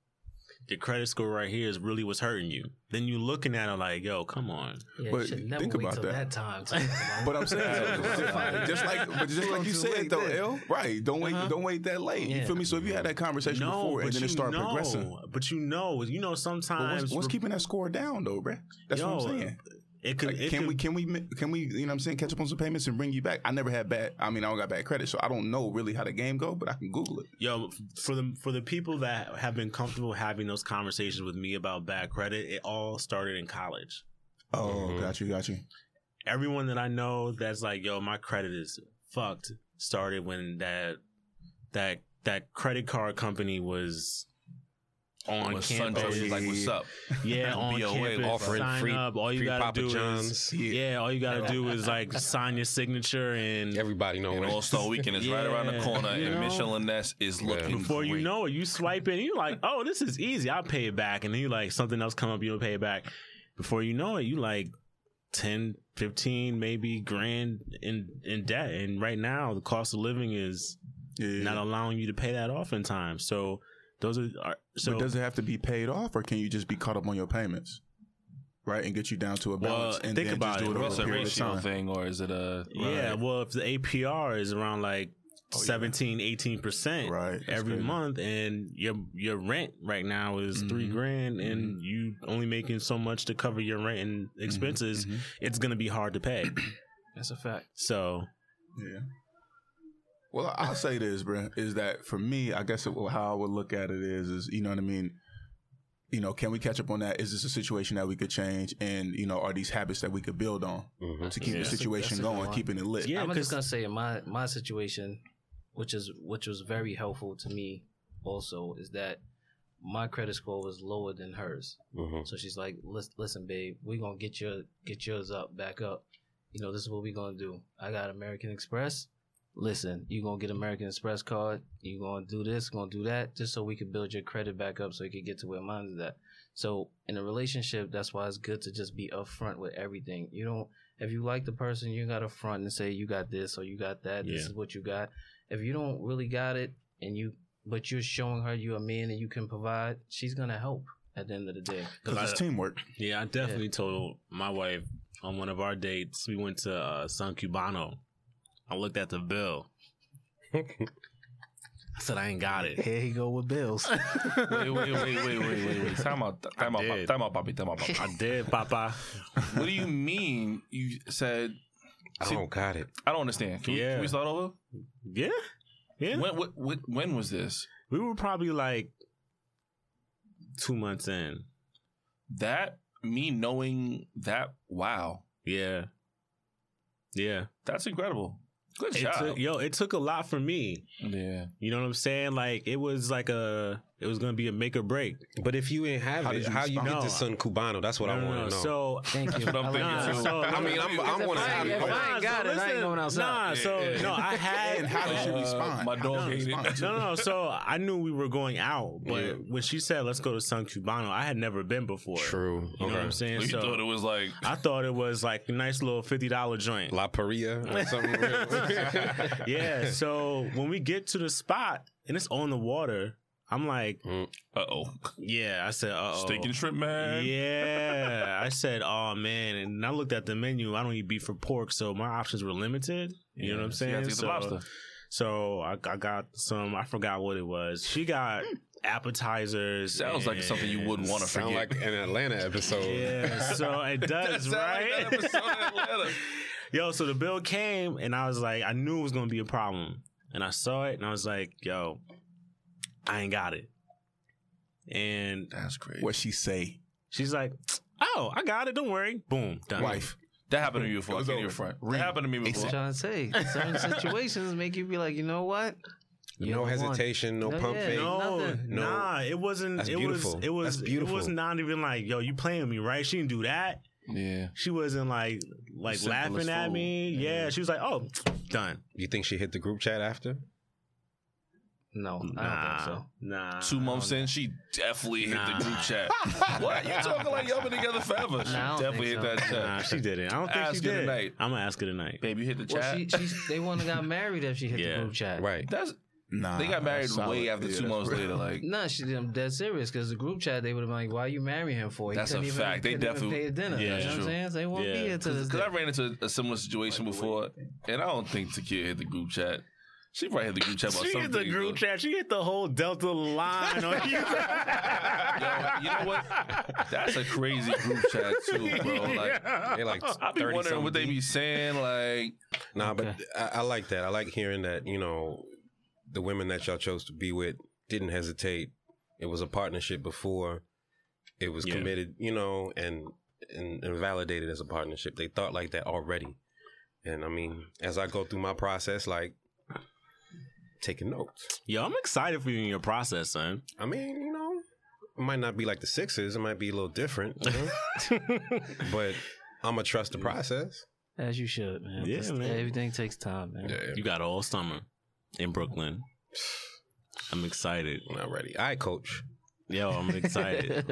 [SPEAKER 2] your credit score right here is really what's hurting you." Then you looking at it like, "Yo, come on."
[SPEAKER 5] yeah
[SPEAKER 3] But
[SPEAKER 5] you should never
[SPEAKER 3] think
[SPEAKER 5] wait
[SPEAKER 3] about
[SPEAKER 5] till
[SPEAKER 3] that.
[SPEAKER 5] that, time. *laughs* to talk
[SPEAKER 3] *laughs*
[SPEAKER 5] about
[SPEAKER 3] But I'm
[SPEAKER 5] it.
[SPEAKER 3] saying,
[SPEAKER 5] Fine.
[SPEAKER 3] just like, but just like you said though, L, right? Don't wait,
[SPEAKER 2] Uh-huh.
[SPEAKER 3] don't wait that late. You
[SPEAKER 5] Yeah.
[SPEAKER 3] feel me? So if you had that conversation before and then it
[SPEAKER 2] you
[SPEAKER 3] started
[SPEAKER 2] know,
[SPEAKER 3] progressing,
[SPEAKER 2] But you know, you know,
[SPEAKER 3] But
[SPEAKER 2] sometimes
[SPEAKER 3] what's, what's keeping that score down though, bruh? That's what
[SPEAKER 2] Yo,
[SPEAKER 3] I'm saying.
[SPEAKER 2] it could,
[SPEAKER 3] Like,
[SPEAKER 2] it
[SPEAKER 3] can
[SPEAKER 2] could-
[SPEAKER 3] we can we mi- can we you know what I'm saying catch up on some payments and bring you back? I never had bad. I mean, I don't got bad credit, so I don't know really how the game go, but I can Google it.
[SPEAKER 2] Yo, for the for the people that have been comfortable having those conversations with me about bad credit, it all started in college.
[SPEAKER 3] Oh,
[SPEAKER 1] Mhm.
[SPEAKER 3] got you, got you.
[SPEAKER 2] Everyone that I know that's like, yo, my credit is fucked, started when that that that credit card company was on
[SPEAKER 6] What's
[SPEAKER 2] campus,
[SPEAKER 1] Oh,
[SPEAKER 6] Sunday, like, what's up?
[SPEAKER 1] *laughs*
[SPEAKER 2] yeah, on
[SPEAKER 6] BOA,
[SPEAKER 2] campus,
[SPEAKER 1] offering
[SPEAKER 2] sign
[SPEAKER 1] free-
[SPEAKER 2] up. All you
[SPEAKER 1] free
[SPEAKER 2] gotta
[SPEAKER 1] Papa
[SPEAKER 2] do
[SPEAKER 1] John's.
[SPEAKER 2] is, yeah, all you gotta do is like sign your signature
[SPEAKER 1] *laughs*
[SPEAKER 2] and
[SPEAKER 1] everybody know
[SPEAKER 6] And
[SPEAKER 1] what
[SPEAKER 6] All Star Weekend is right around the
[SPEAKER 2] Yeah.
[SPEAKER 6] corner,
[SPEAKER 2] You
[SPEAKER 6] and
[SPEAKER 2] know?
[SPEAKER 6] Michelin Ness is looking
[SPEAKER 2] Before
[SPEAKER 6] great.
[SPEAKER 2] you know it, you swipe it and you're like, oh, this is easy. I'll pay it back. And then you like something else come up, you'll pay it back. Before you know it, you like 10, 15, maybe grand in, in debt. And right now the cost of living is
[SPEAKER 3] Yeah.
[SPEAKER 2] not allowing you to pay that off in time. So those are, are so
[SPEAKER 3] but does it have to be paid off, or can you just be caught up on your payments, right, and get you down to a
[SPEAKER 2] Well,
[SPEAKER 3] balance and
[SPEAKER 2] think
[SPEAKER 3] then
[SPEAKER 2] about
[SPEAKER 3] just do
[SPEAKER 2] it.
[SPEAKER 3] it over
[SPEAKER 6] What's
[SPEAKER 3] a
[SPEAKER 6] a
[SPEAKER 3] period of
[SPEAKER 6] ratio
[SPEAKER 3] time?
[SPEAKER 6] thing, or is it a
[SPEAKER 2] yeah, well if the APR is around like
[SPEAKER 3] Oh, yeah.
[SPEAKER 2] 17, 18%
[SPEAKER 3] Right. that's
[SPEAKER 2] every
[SPEAKER 3] crazy.
[SPEAKER 2] month and your your rent right now is three
[SPEAKER 3] Mhm.
[SPEAKER 2] grand and you only making so much to cover your rent and
[SPEAKER 3] Mhm,
[SPEAKER 2] expenses,
[SPEAKER 3] mhm.
[SPEAKER 2] it's gonna be hard to pay.
[SPEAKER 5] *clears throat* That's a fact.
[SPEAKER 2] So
[SPEAKER 3] Yeah. Well, I'll say this, bruh, is that for me, I guess it, well, how I would look at it is, is you know what I mean. You know, can we catch up on that? Is this a situation that we could change? And you know, are these habits that we could build on
[SPEAKER 1] Mhm.
[SPEAKER 3] to keep
[SPEAKER 2] Yeah.
[SPEAKER 3] the
[SPEAKER 5] That's a-
[SPEAKER 3] situation
[SPEAKER 5] that's a good
[SPEAKER 3] going,
[SPEAKER 5] one.
[SPEAKER 3] keeping it lit?
[SPEAKER 2] Yeah,
[SPEAKER 5] I'm
[SPEAKER 2] 'cause-
[SPEAKER 5] just gonna say in my my situation, which is which was very helpful to me also, is that my credit score was lower than hers.
[SPEAKER 1] Mhm.
[SPEAKER 5] So she's like, "Lis- "Listen, babe, we're gonna get your get yours up, back up. You know, this is what we're gonna do. I got American Express. Listen, you gonna get American Express card. You gonna do this, gonna do that, just so we can build your credit back up, so you can get to where mine is at. So in a relationship, that's why it's good to just be upfront with everything. You don't if you like the person, you got to front and say you got this or you got that. This
[SPEAKER 2] Yeah.
[SPEAKER 5] is what you got. If you don't really got it, and you but you're showing her you're a man and you can provide, she's gonna help at the end of the day.
[SPEAKER 3] because it's teamwork.
[SPEAKER 2] yeah, I definitely told my wife on one of our dates, we went to uh, San Cubano. I looked at the bill. I said I ain't got it.
[SPEAKER 3] *laughs*
[SPEAKER 5] Here he go with bills.
[SPEAKER 6] Wait, wait, wait, wait, wait, wait, wait. Time out, time out,
[SPEAKER 2] did.
[SPEAKER 6] time out, papi,
[SPEAKER 2] *laughs*
[SPEAKER 6] time out, papi.
[SPEAKER 2] I did, Papa.
[SPEAKER 6] What do you mean? You said
[SPEAKER 1] I don't got it.
[SPEAKER 6] I don't understand. Can, we,
[SPEAKER 2] Yeah.
[SPEAKER 6] can we start over?
[SPEAKER 2] Yeah. Yeah.
[SPEAKER 6] When, what, what, when was this?
[SPEAKER 2] We were probably like two months in.
[SPEAKER 6] That me knowing that? Wow,
[SPEAKER 2] Yeah. Yeah.
[SPEAKER 6] that's incredible. Good
[SPEAKER 2] It
[SPEAKER 6] job.
[SPEAKER 2] took, yo, it took a lot for me.
[SPEAKER 6] yeah.
[SPEAKER 2] You know what I'm saying? Like it was like a it was gonna be a make or break.
[SPEAKER 1] But if you ain't have
[SPEAKER 3] How
[SPEAKER 1] it,
[SPEAKER 3] did you
[SPEAKER 1] how you get
[SPEAKER 2] respond?
[SPEAKER 1] to Sun Cubano? That's what
[SPEAKER 2] No,
[SPEAKER 1] I
[SPEAKER 2] no,
[SPEAKER 1] want to
[SPEAKER 2] no.
[SPEAKER 1] know.
[SPEAKER 2] *laughs* So
[SPEAKER 5] Thank you.
[SPEAKER 6] That's what I'm
[SPEAKER 5] I
[SPEAKER 6] thinking,
[SPEAKER 5] love
[SPEAKER 6] too.
[SPEAKER 5] it.
[SPEAKER 2] so-
[SPEAKER 1] I mean, I'm I'm one of
[SPEAKER 5] If I-
[SPEAKER 1] how
[SPEAKER 5] if I ain't got it, I ain't
[SPEAKER 2] listen,
[SPEAKER 5] going outside.
[SPEAKER 2] Nah, so
[SPEAKER 6] Yeah, yeah.
[SPEAKER 2] no, I had
[SPEAKER 3] And how did you *laughs*
[SPEAKER 6] Uh,
[SPEAKER 3] respond?
[SPEAKER 6] my
[SPEAKER 3] How
[SPEAKER 6] dog
[SPEAKER 3] did you
[SPEAKER 6] ate it.
[SPEAKER 3] respond to
[SPEAKER 2] no,
[SPEAKER 3] it?
[SPEAKER 2] no. So I knew we were going out, but
[SPEAKER 1] Yeah.
[SPEAKER 2] when she said let's go to San Cubano, I had never been before.
[SPEAKER 1] True.
[SPEAKER 2] You know what I'm
[SPEAKER 1] Okay.
[SPEAKER 2] saying?
[SPEAKER 6] you
[SPEAKER 2] so
[SPEAKER 6] thought it was like
[SPEAKER 2] I thought it was like a nice little fifty dollar joint.
[SPEAKER 1] La Paria or something. real.
[SPEAKER 2] yeah. So when we get to the spot and it's on the water, I'm like,
[SPEAKER 6] uh oh,
[SPEAKER 2] yeah. I said, uh oh.
[SPEAKER 6] steak and shrimp man.
[SPEAKER 2] Yeah. I said, oh man. And I looked at the menu. I don't eat beef or pork, so my options were limited. You know what I'm
[SPEAKER 6] So you
[SPEAKER 2] saying?
[SPEAKER 6] gotta take the
[SPEAKER 2] so
[SPEAKER 6] lobster.
[SPEAKER 2] so I, I got some. I forgot what it was. She got appetizers.
[SPEAKER 6] Hmm. Sounds like
[SPEAKER 2] and-
[SPEAKER 6] something you would want to
[SPEAKER 1] Sound
[SPEAKER 6] forget.
[SPEAKER 1] like
[SPEAKER 6] *laughs*
[SPEAKER 1] an Atlanta episode.
[SPEAKER 2] Yeah, so it
[SPEAKER 6] That
[SPEAKER 2] does,
[SPEAKER 6] sound like
[SPEAKER 2] right?
[SPEAKER 6] that episode of Atlanta.
[SPEAKER 2] *laughs* yo, so the bill came and I was like, I knew it was gonna be a problem. And I saw it and I was like, yo, I ain't got it. And
[SPEAKER 6] That's crazy.
[SPEAKER 3] What she say,
[SPEAKER 2] she's like, Oh, I got it, don't worry. Boom, done.
[SPEAKER 3] wife?
[SPEAKER 6] That happened to me before. I
[SPEAKER 3] Goes
[SPEAKER 6] get
[SPEAKER 3] over.
[SPEAKER 6] your front. That
[SPEAKER 3] Ring.
[SPEAKER 6] happened to me before.
[SPEAKER 5] I'm trying to say
[SPEAKER 6] *laughs*
[SPEAKER 5] certain situations make you be like, you know what?
[SPEAKER 1] *laughs*
[SPEAKER 5] You
[SPEAKER 1] No
[SPEAKER 5] don't want it."
[SPEAKER 1] hesitation, no
[SPEAKER 5] No,
[SPEAKER 1] pump
[SPEAKER 5] yeah.
[SPEAKER 1] fake.
[SPEAKER 2] No,
[SPEAKER 5] nothing.
[SPEAKER 1] No.
[SPEAKER 2] nah, it wasn't.
[SPEAKER 1] That's
[SPEAKER 2] it
[SPEAKER 1] beautiful.
[SPEAKER 2] was. It was.
[SPEAKER 1] That's beautiful.
[SPEAKER 2] It was not even like, yo, you playing with me, right? She didn't do that.
[SPEAKER 6] Yeah.
[SPEAKER 2] She wasn't like, like
[SPEAKER 6] Simple as
[SPEAKER 2] laughing at
[SPEAKER 6] fool.
[SPEAKER 2] me. Yeah.
[SPEAKER 6] Yeah.
[SPEAKER 2] she was like, oh, done.
[SPEAKER 1] You think she hit the group chat after?
[SPEAKER 5] No, I don't
[SPEAKER 2] Nah,
[SPEAKER 5] think so.
[SPEAKER 2] nah.
[SPEAKER 6] Two months
[SPEAKER 2] I don't-
[SPEAKER 6] in, she definitely hit
[SPEAKER 2] Nah.
[SPEAKER 6] the group chat. what? You talking like y'all been together forever? She
[SPEAKER 5] Nah, I don't
[SPEAKER 6] definitely hit
[SPEAKER 5] think
[SPEAKER 6] that
[SPEAKER 5] so.
[SPEAKER 6] chat.
[SPEAKER 2] Nah, she didn't. I
[SPEAKER 6] *laughs*
[SPEAKER 2] don't think
[SPEAKER 6] Ask
[SPEAKER 2] she
[SPEAKER 6] her
[SPEAKER 2] did.
[SPEAKER 6] tonight.
[SPEAKER 2] I'm gonna ask her tonight.
[SPEAKER 6] Babe, you hit the chat.
[SPEAKER 5] Well, she, she, they wouldn't
[SPEAKER 6] *laughs*
[SPEAKER 5] have got married if she hit
[SPEAKER 2] Yeah.
[SPEAKER 5] the group chat.
[SPEAKER 1] Right.
[SPEAKER 6] That's
[SPEAKER 3] Nah,
[SPEAKER 6] they got married
[SPEAKER 3] that's solid.
[SPEAKER 6] way after
[SPEAKER 3] Yeah,
[SPEAKER 6] two
[SPEAKER 3] that's
[SPEAKER 6] months
[SPEAKER 3] real.
[SPEAKER 6] later. Like
[SPEAKER 5] Nah, she did. I'm dead serious because the group chat they would have been like, "Why you marrying him for?" He
[SPEAKER 6] That's a
[SPEAKER 5] couldn't even-
[SPEAKER 6] fact. They
[SPEAKER 5] couldn't even
[SPEAKER 6] definitely-
[SPEAKER 5] pay a dinner.
[SPEAKER 2] Yeah,
[SPEAKER 5] you know what
[SPEAKER 6] true.
[SPEAKER 5] I'm saying? So they won't
[SPEAKER 2] Yeah.
[SPEAKER 5] be here to this
[SPEAKER 6] because
[SPEAKER 5] day.
[SPEAKER 6] I ran into a similar situation before, and I don't think Takia hit the group chat. She probably hit the group chat about
[SPEAKER 2] She hit
[SPEAKER 6] something.
[SPEAKER 2] the group chat. She hit the whole Delta line on
[SPEAKER 6] *laughs*
[SPEAKER 2] you.
[SPEAKER 6] Yo, you know what? That's a crazy group *laughs* chat too,
[SPEAKER 2] *laughs*
[SPEAKER 6] bro. Like
[SPEAKER 1] They like
[SPEAKER 6] I be
[SPEAKER 1] 30
[SPEAKER 6] wondering what they
[SPEAKER 1] something
[SPEAKER 6] be saying. Like
[SPEAKER 1] Nah,
[SPEAKER 5] Okay.
[SPEAKER 1] but I, I like that. I like hearing that, you know, the women that y'all chose to be with didn't hesitate. It was a partnership before. It was
[SPEAKER 2] Yeah.
[SPEAKER 1] committed, you know, and, and and validated as a partnership. They thought like that already. And I mean, as I go through my process, like taking notes.
[SPEAKER 2] Yo, I'm excited for you in your process, son.
[SPEAKER 1] I mean, you know, it might not be like the sixes. It might be a little different, you
[SPEAKER 6] *laughs*
[SPEAKER 1] know? but I'm gonna trust the process.
[SPEAKER 5] As you should, man.
[SPEAKER 2] Yeah,
[SPEAKER 5] Just-
[SPEAKER 2] man.
[SPEAKER 5] Everything takes time, man. *laughs*
[SPEAKER 2] you got all summer in Brooklyn. I'm excited.
[SPEAKER 1] I'm not ready. I
[SPEAKER 6] *laughs*
[SPEAKER 1] coach.
[SPEAKER 2] Yo, I'm
[SPEAKER 5] *laughs*
[SPEAKER 2] excited.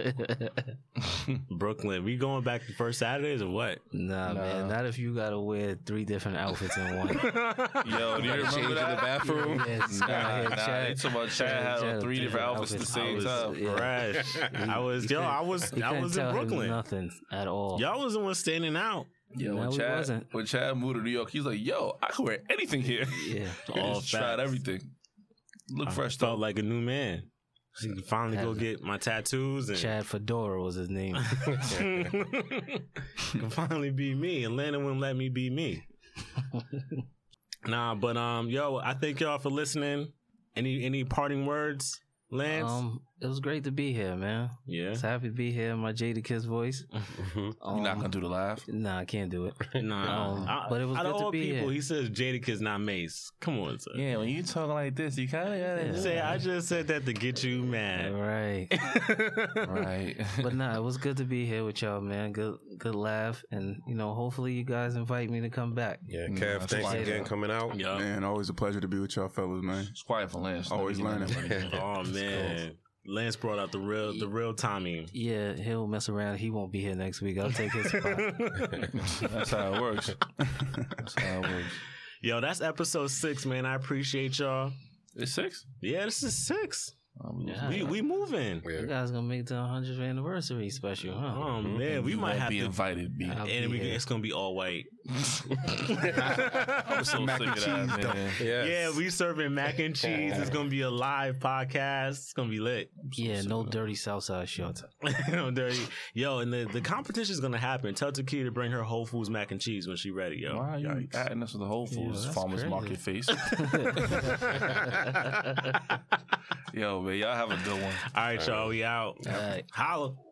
[SPEAKER 2] Brooklyn, we going back the first Saturdays or what?
[SPEAKER 5] nah, man. Not if you gotta wear three different outfits in
[SPEAKER 6] *laughs*
[SPEAKER 5] one.
[SPEAKER 6] *laughs*
[SPEAKER 1] Mm-hmm.
[SPEAKER 6] Yo, do you
[SPEAKER 1] Change in the
[SPEAKER 6] remember that?
[SPEAKER 1] bathroom.
[SPEAKER 5] Yeah,
[SPEAKER 6] Nah,
[SPEAKER 5] Scott
[SPEAKER 6] nah,
[SPEAKER 5] had
[SPEAKER 6] they
[SPEAKER 5] Chad.
[SPEAKER 6] talking about Chad had on three different outfits at the
[SPEAKER 5] I
[SPEAKER 6] same
[SPEAKER 5] was-
[SPEAKER 6] time.
[SPEAKER 5] yeah.
[SPEAKER 2] Fresh. I was yo, I was
[SPEAKER 5] *laughs* You
[SPEAKER 2] I
[SPEAKER 5] couldn't
[SPEAKER 2] was in
[SPEAKER 5] tell him
[SPEAKER 2] Brooklyn.
[SPEAKER 5] Nothing at all.
[SPEAKER 2] Y'all was the one standing out.
[SPEAKER 6] Yeah,
[SPEAKER 5] No,
[SPEAKER 6] when
[SPEAKER 5] he
[SPEAKER 6] Chad
[SPEAKER 5] wasn't.
[SPEAKER 6] when Chad moved to New York, he's like, "Yo, I could wear anything here. *laughs*
[SPEAKER 5] Yeah.
[SPEAKER 2] All
[SPEAKER 6] Just tried
[SPEAKER 2] facts. Uh,
[SPEAKER 6] everything. Look
[SPEAKER 2] I
[SPEAKER 6] fresh
[SPEAKER 2] felt
[SPEAKER 6] though.
[SPEAKER 2] like a new man. She could finally go
[SPEAKER 5] Has it.
[SPEAKER 2] get my tattoos and
[SPEAKER 5] Chad Fedora was his
[SPEAKER 2] *laughs*
[SPEAKER 5] name.
[SPEAKER 2] can finally be me. Atlanta wouldn't let me be
[SPEAKER 5] *laughs*
[SPEAKER 2] me. nah, but um, yo, I thank y'all for listening. Any any parting words, Lance?
[SPEAKER 5] um, it was great to be here, man.
[SPEAKER 2] yeah.
[SPEAKER 5] *laughs* It's happy to be here in my Jada
[SPEAKER 2] *laughs*
[SPEAKER 5] Kiss voice.
[SPEAKER 1] Mhm.
[SPEAKER 5] Um,
[SPEAKER 6] you not gonna do the live.
[SPEAKER 5] Nah, I can't do it.
[SPEAKER 2] Nah,
[SPEAKER 5] um,
[SPEAKER 2] I-
[SPEAKER 5] but it was
[SPEAKER 2] out of
[SPEAKER 5] good to
[SPEAKER 2] all
[SPEAKER 5] be
[SPEAKER 2] people,
[SPEAKER 5] here.
[SPEAKER 2] he says Jadakiss not Mace. Come on, sir.
[SPEAKER 6] Yeah, when you talk like this, you kind of
[SPEAKER 5] Yeah.
[SPEAKER 2] Say, I just said that to get you
[SPEAKER 5] All
[SPEAKER 2] mad.
[SPEAKER 5] right.
[SPEAKER 6] right.
[SPEAKER 5] but nah, it was good to be here with y'all, man. Good, good laugh, and you know, hopefully you guys invite me to come back.
[SPEAKER 1] Yeah,
[SPEAKER 6] Mm,
[SPEAKER 1] Kev,
[SPEAKER 6] that's
[SPEAKER 1] thanks
[SPEAKER 5] why-
[SPEAKER 1] again coming out.
[SPEAKER 2] Yup.
[SPEAKER 3] *laughs* Man, always a pleasure to be with y'all fellas, man.
[SPEAKER 6] *laughs* it's quiet for Lance.
[SPEAKER 3] Always
[SPEAKER 6] Let me get
[SPEAKER 3] learning.
[SPEAKER 6] that money.
[SPEAKER 2] Oh man, Lance brought out the real the real Tommy.
[SPEAKER 5] Yeah, he'll mess around. He won't be here next week. I'll take his
[SPEAKER 2] *laughs*
[SPEAKER 5] spot.
[SPEAKER 6] *laughs* That's how it works. That's how it works.
[SPEAKER 2] Yo, that's episode six, man. I appreciate y'all.
[SPEAKER 6] It's six.
[SPEAKER 2] Yeah, this is six.
[SPEAKER 6] Oh, we
[SPEAKER 5] Yeah.
[SPEAKER 2] We we moving.
[SPEAKER 1] Yeah.
[SPEAKER 5] You guys gonna make the 100th anniversary special, huh?
[SPEAKER 2] Oh man, we
[SPEAKER 6] You
[SPEAKER 2] might
[SPEAKER 6] won't
[SPEAKER 2] have
[SPEAKER 6] be
[SPEAKER 2] to.
[SPEAKER 6] invited. B.
[SPEAKER 5] I'll
[SPEAKER 2] And
[SPEAKER 5] be
[SPEAKER 2] we,
[SPEAKER 5] here.
[SPEAKER 2] it's gonna be all white.
[SPEAKER 6] I'm so
[SPEAKER 3] Mac and
[SPEAKER 6] sick of that,
[SPEAKER 3] cheese,
[SPEAKER 6] man.
[SPEAKER 1] Yes.
[SPEAKER 2] Yeah, we serving mac *laughs* and cheese. It's gonna be a live podcast. It's gonna be lit. *laughs*
[SPEAKER 5] Yeah, no dirty Southside shorts.
[SPEAKER 2] No dirty. Yo, and the, the competition is gonna happen. Tell Taki to bring her Whole Foods mac and cheese when she ready. Yo,
[SPEAKER 6] Why are you
[SPEAKER 2] Yikes.
[SPEAKER 6] adding us to the Whole Foods
[SPEAKER 5] that's
[SPEAKER 6] farmers
[SPEAKER 5] crazy. *laughs*
[SPEAKER 6] market face? *laughs* Yo, man, y'all have a good one.
[SPEAKER 2] All right, y'all. We out.
[SPEAKER 5] All right.
[SPEAKER 2] Holla.